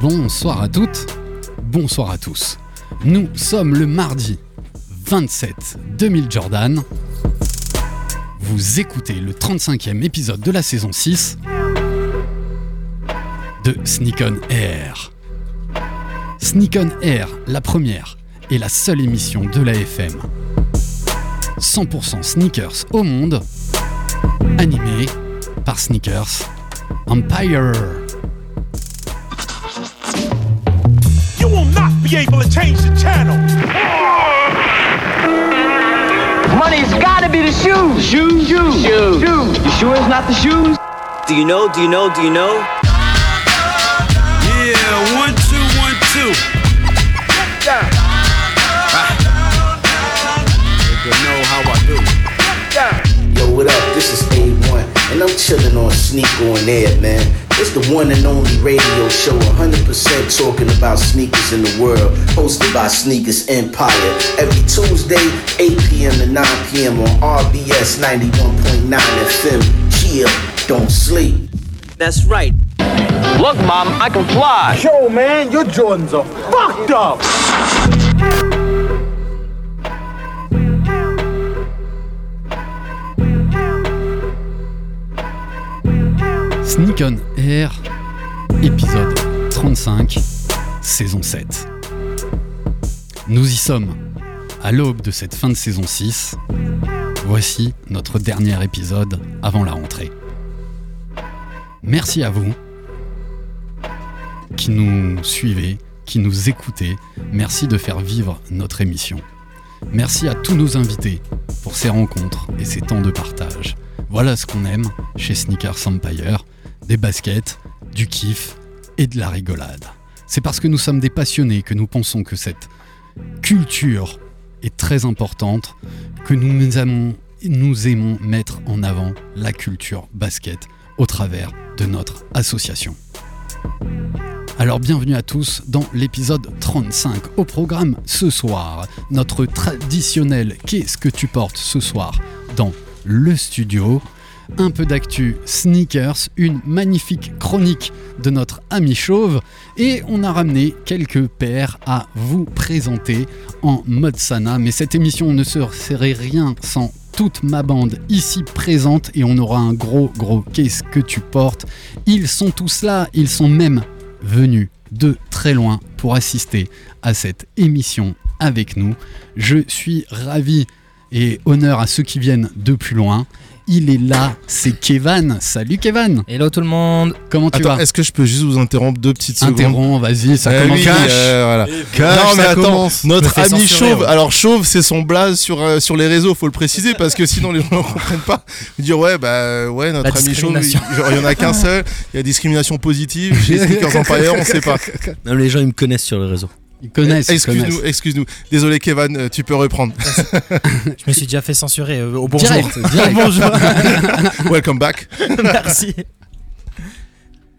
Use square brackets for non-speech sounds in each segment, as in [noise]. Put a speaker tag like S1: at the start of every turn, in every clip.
S1: Bonsoir à toutes, bonsoir à tous. Nous sommes le mardi 27 2000 Jordan. Vous écoutez le 35e épisode de la saison 6 de Sneak On Air. Sneak On Air, la première et la seule émission de la FM 100% sneakers au monde, animée par Sneakers Empire.
S2: You will not be able to change the channel.
S3: Money's gotta be the shoes. Shoes. Shoes. Shoes. shoes. You sure it's not the shoes?
S4: Do you know? Do you know? Do you know?
S5: Yeah, one, two, one, two. Nigga know how I do.
S6: Yo, what up? This is A1, and I'm chilling on Sneak On Air, man. It's the one and only radio show 100% talking about sneakers in the world, hosted by Sneakers Empire. Every Tuesday, 8 p.m. to 9 p.m. on RBS 91.9 FM. Chill, don't sleep.
S4: That's right.
S3: Look, mom, I can fly.
S2: Yo, man, your Jordans are fucked up.
S1: Sneak on Air, épisode 35, saison 7. Nous y sommes, à l'aube de cette fin de saison 6. Voici notre dernier épisode avant la rentrée. Merci à vous qui nous suivez, qui nous écoutez. Merci de faire vivre notre émission. Merci à tous nos invités pour ces rencontres et ces temps de partage. Voilà ce qu'on aime chez Sneakers Empire des baskets, du kiff et de la rigolade. C'est parce que nous sommes des passionnés que nous pensons que cette culture est très importante, que nous aimons, nous aimons mettre en avant la culture basket au travers de notre association. Alors bienvenue à tous dans l'épisode 35. Au programme ce soir, notre traditionnel Qu'est-ce que tu portes ce soir dans le studio Un peu d'actu sneakers, une magnifique chronique de notre ami Chauve et on a ramené quelques paires à vous présenter en mode Sana. Mais cette émission ne se serait rien sans toute ma bande ici présente et on aura un gros gros Qu'est-ce que tu portes Ils sont tous là, ils sont même venus de très loin pour assister à cette émission avec nous. Je suis ravi et honneur à ceux qui viennent de plus loin. Il est là, c'est Kevan. Salut Kevan,
S7: Hello tout le monde
S1: comment tu
S8: Attends,
S1: vas
S8: est-ce que je peux juste vous interrompre deux petites secondes
S1: Interromps, vas-y, ça
S8: Eh
S1: commence.
S8: oui, euh, voilà. non mais
S7: ça
S8: attends,
S7: commence. Je me
S8: notre
S7: fais
S8: ami
S7: censurer,
S8: Chauve,
S7: ouais.
S8: alors Chauve c'est son blaze sur, euh, sur les réseaux, faut le préciser parce que sinon les gens [laughs] ne comprennent pas. Ils disent ouais bah ouais notre
S7: La
S8: ami Chauve, il
S7: discrimination.
S8: genre, il y en a qu'un seul, il y a discrimination positive, chez Sneakers Empire, on sait pas.
S9: Non, les gens ils me connaissent sur le réseau.
S1: Ils connaissent, ils connaissent.
S8: Excuse-nous, excuse-nous. Désolé Kevin, euh, tu peux reprendre.
S7: Je me suis déjà fait censurer euh, au bonjour.
S1: Direct,
S7: [laughs]
S1: direct.
S7: bonjour.
S8: [laughs] Welcome back.
S7: [laughs] Merci.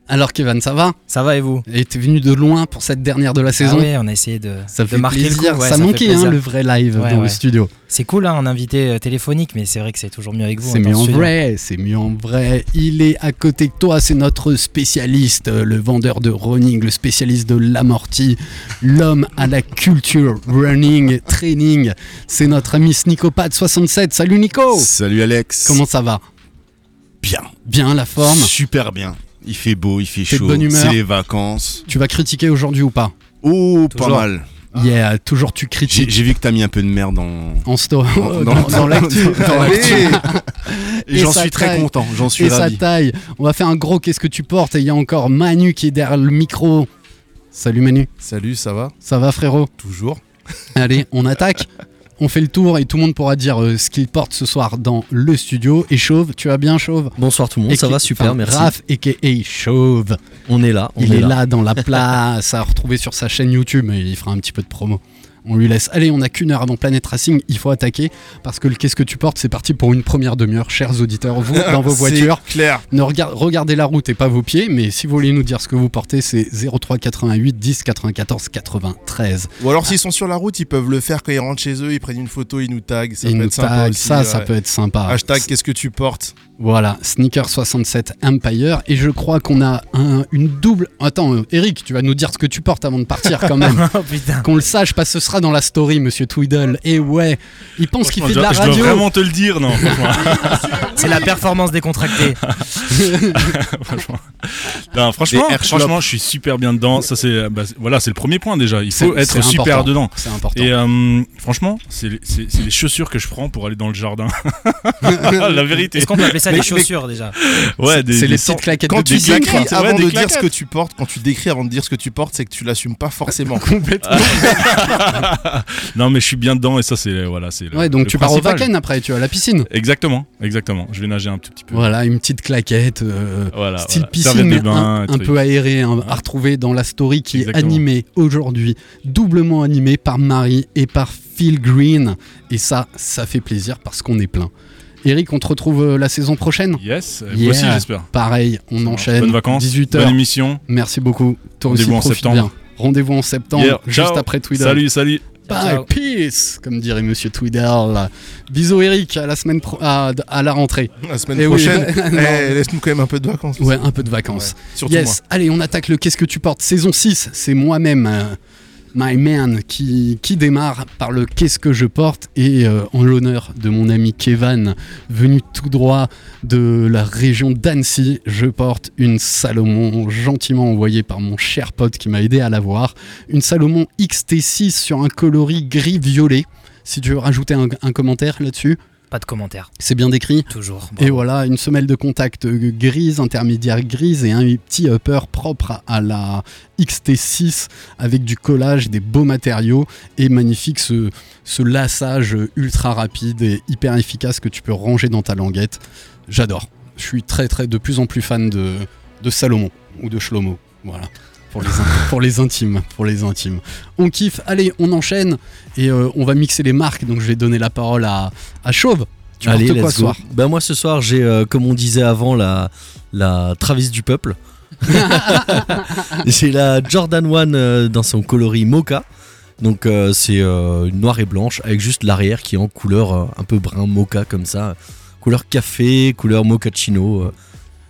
S1: Alors Kevan, ça va
S7: Ça va et vous
S1: Et t'es venu de loin pour cette dernière de la saison
S7: Ah ouais, on a essayé de,
S1: Ça
S7: de
S1: fait
S7: marquer le
S1: plaisir,
S7: coup. ouais,
S1: ça,
S7: fait
S1: manquait hein,
S7: plaisir.
S1: le vrai live
S7: Ouais,
S1: dans le
S7: ouais.
S1: studio.
S7: C'est cool hein, un invité euh, téléphonique, mais c'est vrai que c'est toujours mieux avec vous. hein,
S1: C'est
S7: on est
S1: mieux en
S7: studio.
S1: vrai, c'est mieux en vrai. Il est à côté de toi, c'est notre spécialiste, euh, le vendeur de running, le spécialiste de l'amorti, l'homme à la culture running, training. C'est notre ami Snicopad67. Salut Nico
S10: Oh. Salut Alex.
S1: Comment ça va
S10: bien
S1: Bien la forme
S10: Super bien. Il fait beau, il fait
S1: T'es de
S10: chaud.
S1: bonne humeur
S10: C'est les vacances.
S1: Tu vas critiquer aujourd'hui ou pas
S10: Oh,
S1: Toujours.
S10: pas mal.
S1: Yeah, toujours tu
S10: J'ai
S1: critiques.
S10: j'ai vu que t'as mis un peu de merde dans.
S1: En sto [laughs]
S10: dans-
S1: Euh, dans, dans l'actu.
S10: [laughs] dans l'actu.
S1: Et
S10: Et j'en
S1: ça
S10: suis très
S1: taille.
S10: content. J'en suis
S1: Et sa
S10: ravi.
S1: taille. On va faire un gros qu'est-ce que tu portes. Et il y a encore Manu qui est derrière le micro. Salut Manu,
S8: Salut, ça va
S1: ça va frérot
S8: Toujours.
S1: Allez, on attaque. On fait le tour et tout le monde pourra dire euh, ce qu'il porte ce soir dans le studio. Et Chauve, tu vas bien Chauve
S9: Bonsoir tout le monde,
S1: Et
S9: ça
S1: qui-
S9: va super,
S1: enfin,
S9: merci.
S1: Raph et Chauve.
S9: On est là, on
S1: il
S9: est,
S1: est là. dans la place à retrouver sur sa chaîne YouTube. Et il fera un petit peu de promo. On lui laisse. Allez, on n'a qu'une heure avant Planet Racing, il faut attaquer parce que le qu'est-ce que tu portes, c'est parti pour une première demi-heure, chers auditeurs.
S9: [laughs]
S1: Vous, dans vos
S8: C'est
S1: voitures,
S8: clair.
S1: ne rega- regardez la route et pas vos pieds, mais si vous voulez nous dire ce que vous portez, c'est 03 88 10 94 93.
S8: Ou alors s'ils sont sur la route, ils peuvent le faire quand ils rentrent chez eux, ils prennent une photo, ils nous taguent, ça
S1: Et
S8: peut
S1: nous
S8: être sympa
S1: tag,
S8: aussi,
S1: ça, ça
S8: ouais.
S1: peut être sympa.
S8: Hashtag qu'est-ce que tu portes
S1: Voilà, Sneaker 67 Empire. Et je crois qu'on a un- une double. Attends, euh, Eric, tu vas nous dire ce que tu portes avant de partir quand
S11: [laughs]
S1: même.
S7: [laughs] Oh putain.
S1: qu'on le sache, parce que ce sera dans la story, monsieur Tweedle. Et ouais, il pense qu'il fait de la
S11: je dois
S1: radio.
S11: vraiment te le
S1: [laughs]
S11: dire, non, franchement.
S7: C'est la performance décontractée.
S11: franchement. Non, franchement,
S10: Des air
S11: franchement, je suis super bien dedans. Ça, c'est, bah, c'est- voilà, c'est le premier point déjà.
S1: [laughs]
S11: Il
S1: C'est-
S11: faut
S1: c'est
S11: être super
S1: important.
S11: dedans.
S1: C'est important.
S11: Et euh, franchement, c'est les- c'est c'est les chaussures que je prends pour aller dans
S1: [laughs]
S11: le jardin. la vérité.
S7: Est-ce qu'on peut appeler ça des
S8: Mais- mais-
S7: chaussures déjà
S11: Ouais, des-
S1: c'est
S11: des
S1: les
S11: cent-
S1: petites claquettes
S8: Quand
S1: de
S8: tu
S1: Big Mac,
S8: décris
S1: quoi.
S11: claquettes. Ouais,
S8: avant
S11: des
S8: de dire ce
S11: claquettes.
S8: que tu portes, quand tu décris avant de dire ce que tu portes, c'est que tu l'assumes
S1: [laughs]
S8: pas forcément.
S11: Non, mais je suis bien dedans et ça, c'est voilà, c'est. le-
S1: Ouais, donc
S11: le
S1: tu pars au
S11: principal.
S1: Vaken après, tu as la piscine.
S11: Exactement, exactement. Je vais nager un tout petit peu.
S1: Voilà, une petite claquette. euh,
S11: Voilà.
S1: Style
S11: Bah, voilà.
S1: piscine,
S11: Serviette de
S1: mais
S11: bain,
S1: un, un
S11: truc.
S1: peu aéré, hein, à retrouver dans la story qui est
S11: Exactement.
S1: animée aujourd'hui, doublement animée par Marie et par Phil Green. Et ça, ça fait plaisir parce qu'on est plein. Eric, on te retrouve euh, la saison prochaine
S11: Yes. euh,
S1: Yeah.
S11: Vous aussi, j'espère.
S1: Pareil, on
S11: Ça marche.
S1: enchaîne.
S11: Bonnes vacances.
S1: 18h.
S11: Bonne émission.
S1: Merci beaucoup. Toi aussi,
S11: Rendez-vous en
S1: profite
S11: septembre.
S1: bien. Rendez-vous en septembre,
S11: Yeah.
S1: juste
S11: Ciao.
S1: après Twitter.
S11: Salut, salut.
S1: Bye,
S7: Ciao.
S1: peace, comme dirait monsieur Twitter. Bisous, Eric, à la semaine pro- à, à la rentrée.
S8: la semaine
S1: Eh oui,
S8: prochaine,
S1: [laughs] non.
S8: eh, laisse-nous quand même un peu de vacances.
S1: Ouais, un peu de vacances.
S8: Surtout
S1: yes,
S8: moi.
S1: allez, on attaque le Qu'est-ce que tu portes Saison 6, c'est moi-même, euh, My Man, qui, qui démarre par le Qu'est-ce que je porte Et euh, en l'honneur de mon ami Kevin, venu tout droit de la région d'Annecy, je porte une Salomon gentiment envoyée par mon cher pote qui m'a aidé à l'avoir. Une Salomon XT6 sur un coloris gris-violet. Si tu veux rajouter un- un commentaire là-dessus,
S7: Pas de commentaires,
S1: c'est bien décrit.
S7: toujours. Bon.
S1: Et voilà, une semelle de contact euh, grise, intermédiaire grise et un petit upper propre à- à la XT6 avec du collage, des beaux matériaux et magnifique ce, ce lassage ultra rapide et hyper efficace que tu peux ranger dans ta languette. J'adore. Je suis très très de plus en plus fan de, de Salomon ou de Shlomo. Voilà. Pour les, in- pour les intimes, pour les intimes. On kiffe, allez, on enchaîne et euh, on va mixer les marques. Donc je vais donner la parole à, à Chauve. Tu
S9: Allez,
S1: portes quoi
S9: let's
S1: ce
S9: go.
S1: soir
S9: Bah moi ce soir j'ai euh, comme on disait avant la la Travis du peuple. j'ai la Jordan One euh, dans son coloris mocha. Donc euh, c'est euh, une noire et blanche avec juste l'arrière qui est en couleur euh, un peu brun mocha comme ça, couleur café, couleur mochaccino. euh,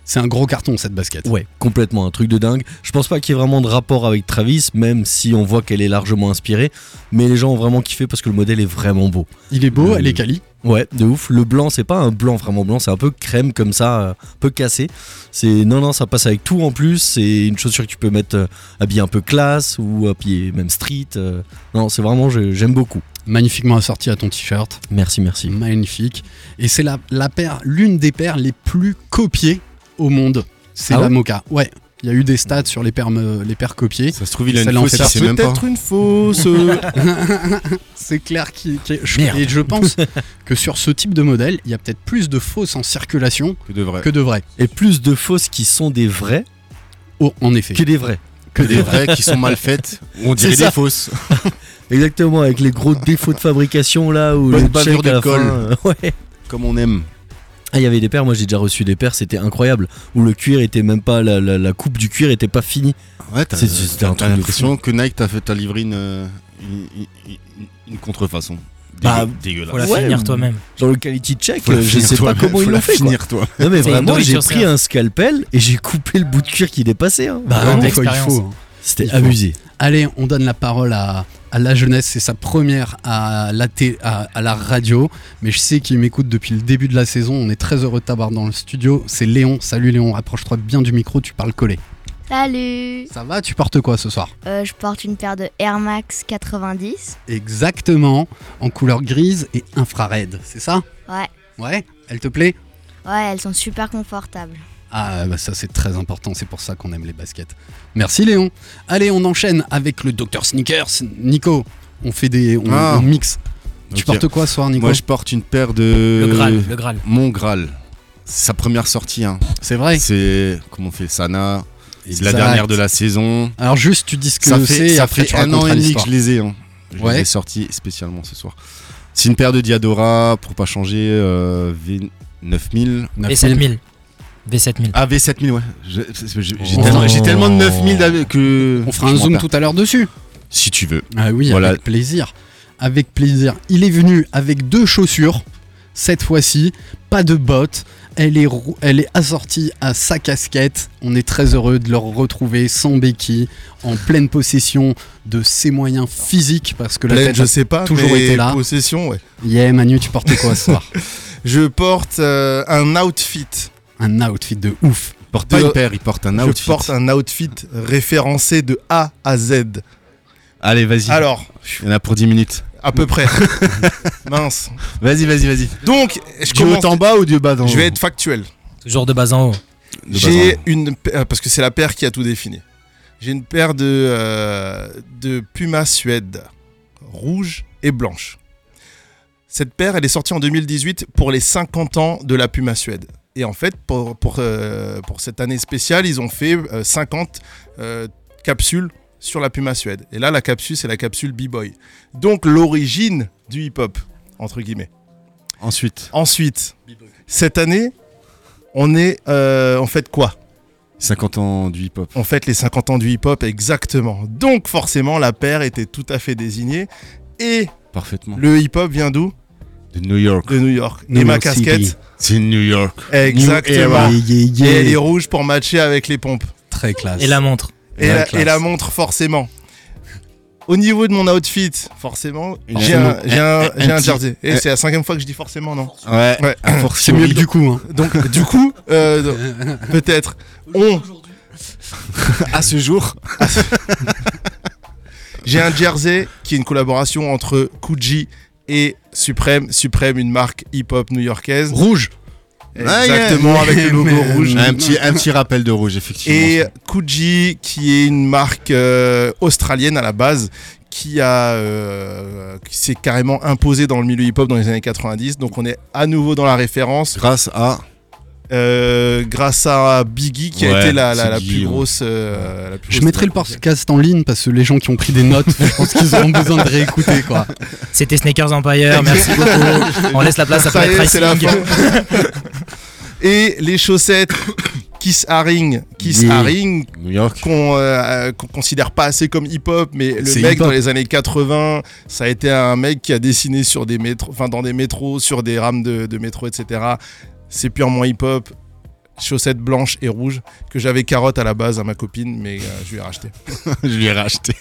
S1: C'est un gros carton cette basket.
S9: Ouais, complètement, un truc de dingue. Je pense pas qu'il y ait vraiment de rapport avec Travis, même si on voit qu'elle est largement inspirée. Mais les gens ont vraiment kiffé parce que le modèle est vraiment beau.
S1: Il est beau,
S9: Euh,
S1: elle est quali.
S9: Ouais, de ouf. Le blanc, c'est pas un blanc vraiment blanc, c'est un peu crème comme ça, euh, un peu cassé. C'est non non, ça passe avec tout en plus. C'est une chaussure que tu peux mettre euh, habillée un peu classe ou habillée même street. euh. Non, c'est vraiment je- j'aime beaucoup.
S1: Magnifiquement assorti à ton t-shirt.
S9: Merci merci.
S1: Magnifique. Et c'est la, la paire, l'une des paires les plus copiées au monde. C'est
S9: Ah
S1: la
S9: ouais
S1: mocha. Ouais. Il y a eu des stats sur les paires, me- les paires copiées.
S10: Ça se trouve, il a
S1: Ça
S10: une
S1: l'a en
S10: fausse,
S1: fait
S10: il sait
S8: C'est
S10: même pas.
S8: peut-être une
S10: [laughs]
S8: fausse. euh,
S1: [laughs] C'est clair qui. qui- je-
S9: Merde.
S1: Et je
S10: [laughs]
S1: pense que sur ce type de modèle, il y a peut-être plus de fausses en circulation
S10: Que de vrai.
S1: que de vraies.
S9: Et plus de fausses qui sont des vrais
S1: Oh, en effet.
S9: que des vrais.
S10: Que des vraies qui sont mal faites. On dirait
S9: C'est ça.
S10: des fausses.
S9: Exactement, avec les gros défauts de fabrication là ou
S10: Bonne
S9: les
S10: bavure
S9: checks à la
S10: d'école.
S9: fin, euh, [laughs] ouais.
S10: Comme on aime.
S9: Ah, il y avait des paires, moi j'ai déjà reçu des paires, c'était incroyable. Où le cuir était même pas, la, la- la coupe du cuir était pas finie.
S10: Ouais, t'as
S9: C'est- c'est
S10: t'as-
S9: un
S10: t'as
S9: truc de
S10: l'impression que Nike t'a fait ta livrée une, euh, une, une- une- une contrefaçon. Dégueu-
S9: Bah,
S10: dégueulasse.
S7: Faut la
S9: Ouais,
S7: finir
S9: mais-
S7: toi-même.
S9: Dans le quality check,
S10: Faut la
S9: euh, je
S10: finir
S9: sais pas
S10: toi-même,
S9: comment
S10: faut
S9: ils
S10: la
S9: l'ont fait. quoi.
S10: finir, toi.
S9: Non mais
S7: C'est
S9: vraiment,
S7: une
S9: j'ai
S7: douille
S9: pris
S7: sur
S9: un scalpel et j'ai coupé le bout de cuir qui dépassait. hein.
S7: Bah,
S1: Vraiment,
S7: ouais,
S1: quoi, il
S7: d'expérience.
S1: faut, hein.
S9: C'était
S1: il faut.
S9: abusé.
S1: Allez, on donne la parole à, à la jeunesse. C'est sa première à la, té- à, à la radio. Mais je sais qu'il m'écoute depuis le début de la saison. On est très heureux de t'avoir dans le studio. C'est Léon. Salut Léon, rapproche-toi bien du micro, tu parles collé.
S12: Salut
S1: Ça va Tu portes quoi ce soir
S12: Euh, Je porte une paire de Air Max 90.
S1: Exactement, en couleur grise et infrarouge, c'est ça
S12: Ouais,
S1: Ouais Elle te plaît
S12: ouais, elles sont super confortables.
S1: Ah, bah ça c'est très important, c'est pour ça qu'on aime les baskets. Merci Léon. Allez, on enchaîne avec le Dr Sneakers. Nico, on fait des. On,
S10: Ah.
S1: on mixe. Tu
S10: Ok.
S1: portes quoi ce soir, Nico
S10: Moi, je porte une paire de.
S8: Euh,
S7: Le Graal, le Graal.
S10: Mon Graal. C'est Sa première sortie, hein.
S1: C'est vrai
S10: C'est. Comment on fait Sana C'est la
S1: Exact.
S10: dernière de la saison.
S1: Alors juste, tu dis ce que
S10: Ça fait,
S1: c'est et
S10: ça
S1: après
S10: fait
S1: tu
S10: un
S1: raconteras
S10: an et demi
S1: l'histoire.
S10: que je les ai. hein. Je
S1: Ouais.
S10: les ai sortis spécialement ce soir. C'est une paire de Diadora pour pas changer euh, V9000.
S7: V7000. V7000.
S10: Ah, V7000, ouais. Je- je- je- J'ai
S1: Oh.
S10: tellement, j'ai tellement de 9000 d'av- que.
S1: On fera un zoom tout à l'heure dessus.
S10: Si tu veux.
S1: Ah oui,
S10: Voilà.
S1: avec plaisir. Avec plaisir. Il est venu avec deux chaussures. Cette fois-ci, pas de bottes. Elle est, rou- elle est assortie à sa casquette. On est très heureux de le retrouver sans béquille, en pleine possession de ses moyens physiques, parce que la
S8: Pleine,
S1: tête
S8: je
S1: a
S8: sais pas,
S1: toujours
S8: mais
S1: été là.
S8: Possession, ouais.
S1: Yeah, Manu, tu portes quoi ce soir [laughs]
S8: Je porte euh, un outfit.
S1: Un outfit de ouf.
S10: Il porte pas une paire, il porte un outfit.
S8: Je porte un outfit référencé de A à Z.
S10: Allez, vas-y.
S8: Alors.
S10: Il y en a pour 10 minutes.
S8: À peu
S10: [laughs]
S8: près. Mince.
S10: Vas-y, vas-y, vas-y.
S8: Donc, je
S10: Du haut
S8: commence.
S10: en bas ou du bas en haut
S8: Je vais être factuel.
S7: Toujours de bas en haut.
S10: De bas en
S8: J'ai une pa- euh, parce que c'est la paire qui a tout défini. J'ai une paire de euh, de Puma Suède rouge et blanche. Cette paire, elle est sortie en 2018 pour les 50 ans de la Puma Suède. Et en fait, pour, pour, euh, pour cette année spéciale, ils ont fait euh, 50 euh, capsules sur la Puma Suède. Et là, la capsule, c'est la capsule B-Boy. Donc l'origine du hip-hop, entre guillemets.
S10: Ensuite.
S8: Ensuite, cette année, on est, euh, on fait quoi
S10: 50 ans du hip-hop.
S8: On fête les 50 ans du hip-hop, exactement. Donc forcément, la paire était tout à fait désignée. Et
S10: Parfaitement.
S8: le hip-hop vient d'où
S10: De New York.
S8: De New York.
S10: New
S8: et ma
S10: York
S8: casquette
S10: City. C'est New York.
S8: Exactement.
S10: New era.
S8: Et elle est rouge pour matcher avec les pompes.
S1: Très classe.
S7: Et la montre.
S8: Et
S10: La
S8: la,
S10: classe.
S8: et la montre, forcément. Au niveau de mon outfit, forcément,
S10: Une
S8: j'ai un,
S10: forcément.
S8: j'ai
S10: Un-
S8: un,
S10: un
S8: j'ai un
S10: petit-
S8: jersey. Et
S10: un-
S8: c'est la cinquième fois que je dis forcément, non
S10: Ouais.
S1: C'est mieux que du coup. hein.
S8: Donc, du coup, euh,
S10: [laughs]
S8: donc, peut-être, on.
S10: à ce jour.
S8: [laughs] J'ai un jersey qui est une collaboration entre Kuji et Supreme. Supreme, une marque hip-hop new-yorkaise.
S1: Rouge.
S8: Exactement,
S10: Ouais,
S8: avec le
S10: [laughs]
S8: logo
S1: mais-
S8: rouge.
S10: Un petit, un petit rappel de rouge, effectivement.
S8: Et Kuji, qui est une marque euh, australienne à la base, qui a, euh, qui s'est carrément imposée dans le milieu hip-hop dans les années 90. Donc on est à nouveau dans la référence
S10: Grâce à.
S8: euh, grâce à Biggie, qui
S10: Ouais,
S8: a été la, la- la
S10: Biggie,
S8: plus
S10: ouais.
S8: grosse. euh, la plus
S1: Je
S8: grosse-
S1: mettrai le podcast en ligne parce que les gens qui ont pris des notes, je pense qu'ils auront besoin de réécouter
S8: [laughs]
S1: quoi.
S7: C'était Sneakers Empire, merci beaucoup. On laisse la place à
S8: Ça y
S7: Planet
S8: est, c'est la
S7: Racing.
S8: [laughs] Et les chaussettes Kiss Haring, Kiss
S10: Yeah.
S8: Haring,
S10: New York.
S8: qu'on euh, qu'on considère pas assez comme hip-hop, mais le
S1: C'est
S8: mec
S1: hip-hop.
S8: dans les années 80, ça a été un mec qui a dessiné sur des métros, enfin dans des métros, sur des rames de, de métro, etc. C'est purement hip-hop. Chaussettes blanches et rouges que j'avais carotte à la base à ma copine, mais euh, je lui ai racheté.
S10: [laughs] Je lui ai racheté.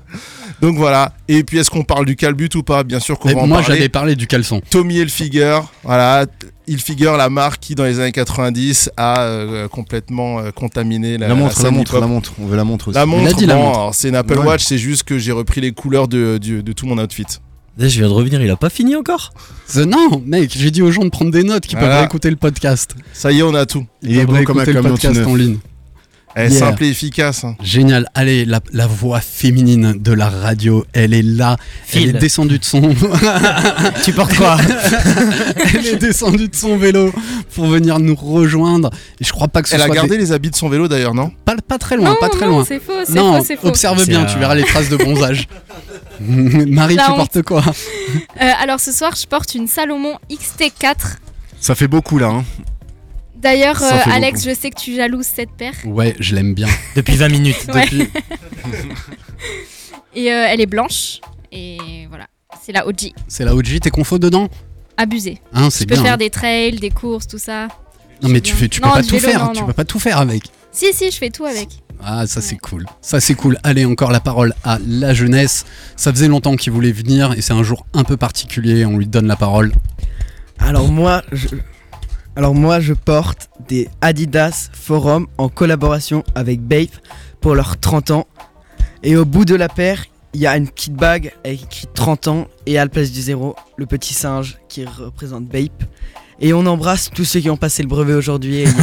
S8: [laughs] Donc voilà. Et puis est-ce qu'on parle du calbut ou pas Bien sûr qu'on
S10: Eh
S1: Et
S8: va en
S1: moi
S8: parler.
S1: j'allais parler du caleçon.
S8: Tommy Hilfiger, voilà, Hilfiger, la marque qui dans les années 90 a euh, complètement euh, contaminé la,
S10: La montre,
S8: scène
S10: la montre,
S8: hip-hop.
S10: la montre. On veut la montre aussi.
S1: Il
S8: La
S1: a
S8: montre,
S1: dit la
S8: bon,
S1: montre.
S8: alors, c'est une Apple
S10: Ouais.
S8: Watch, c'est juste que j'ai repris les couleurs de, du- de tout mon outfit.
S9: Là, je viens de revenir, il a pas fini encore
S1: The- Non, mec, j'ai dit aux gens de prendre des notes qui peuvent
S8: Voilà.
S1: réécouter le podcast.
S8: Ça y est, on a tout.
S1: Ils
S10: Il est
S1: peuvent
S10: bon comme un
S1: réécouter le
S10: camion tout
S1: podcast
S10: neuf.
S1: en ligne.
S8: Eh,
S1: Yeah.
S8: Simple et efficace. hein.
S1: Génial. Allez, la, la voix féminine de la radio, elle est là. Elle
S7: Phil.
S1: est descendue de son. [laughs]
S7: Tu portes quoi
S8: [laughs]
S1: elle est descendue de son vélo pour venir nous rejoindre. Et je crois pas que ce
S8: Elle a
S1: soit des-
S8: gardé les habits de son vélo d'ailleurs, non
S1: pas, pas très loin, pas très loin.
S13: C'est faux, c'est
S1: Non,
S13: faux, c'est faux.
S1: observe
S7: C'est
S1: bien,
S7: un-
S1: tu verras les traces
S13: [laughs]
S1: de bronzage. Marie,
S13: La
S1: tu
S13: honte.
S1: portes quoi
S13: Euh, alors ce soir, je porte une Salomon XT4.
S10: Ça fait beaucoup là. Hein.
S13: D'ailleurs,
S10: Ça
S13: euh,
S10: fait
S13: Alex, je sais que tu jalouses cette paire.
S1: Ouais, je l'aime bien.
S7: Depuis 20 minutes.
S13: Ouais.
S1: Depuis-
S13: Et euh, elle est blanche. Et voilà, c'est la OG.
S1: C'est la OG, t'es confo dedans
S13: Abusée.
S1: Hein,
S13: Tu
S1: c'est
S13: peux
S1: bien.
S13: faire
S1: hein.
S13: des trails, des courses, tout ça.
S1: Non mais tu fais, tu peux
S13: Non,
S1: pas
S13: du
S1: tout
S13: vélo,
S1: faire,
S13: non,
S1: tu
S13: non.
S1: peux pas tout faire avec.
S13: Si, si, je fais tout avec.
S1: Ah, ça c'est cool. Ça c'est cool. Allez, encore la parole à la jeunesse. Ça faisait longtemps qu'il voulait venir et c'est un jour un peu particulier. On lui donne la parole.
S14: Alors moi, je... Alors moi, je porte des Adidas Forum en collaboration avec Bape pour leurs 30 ans. Et au bout de la paire, il y a une petite bague avec écrit 30 ans et à la place du zéro, le petit singe qui représente Bape. Et on embrasse tous ceux qui ont passé le brevet aujourd'hui
S1: [laughs]
S14: et hier.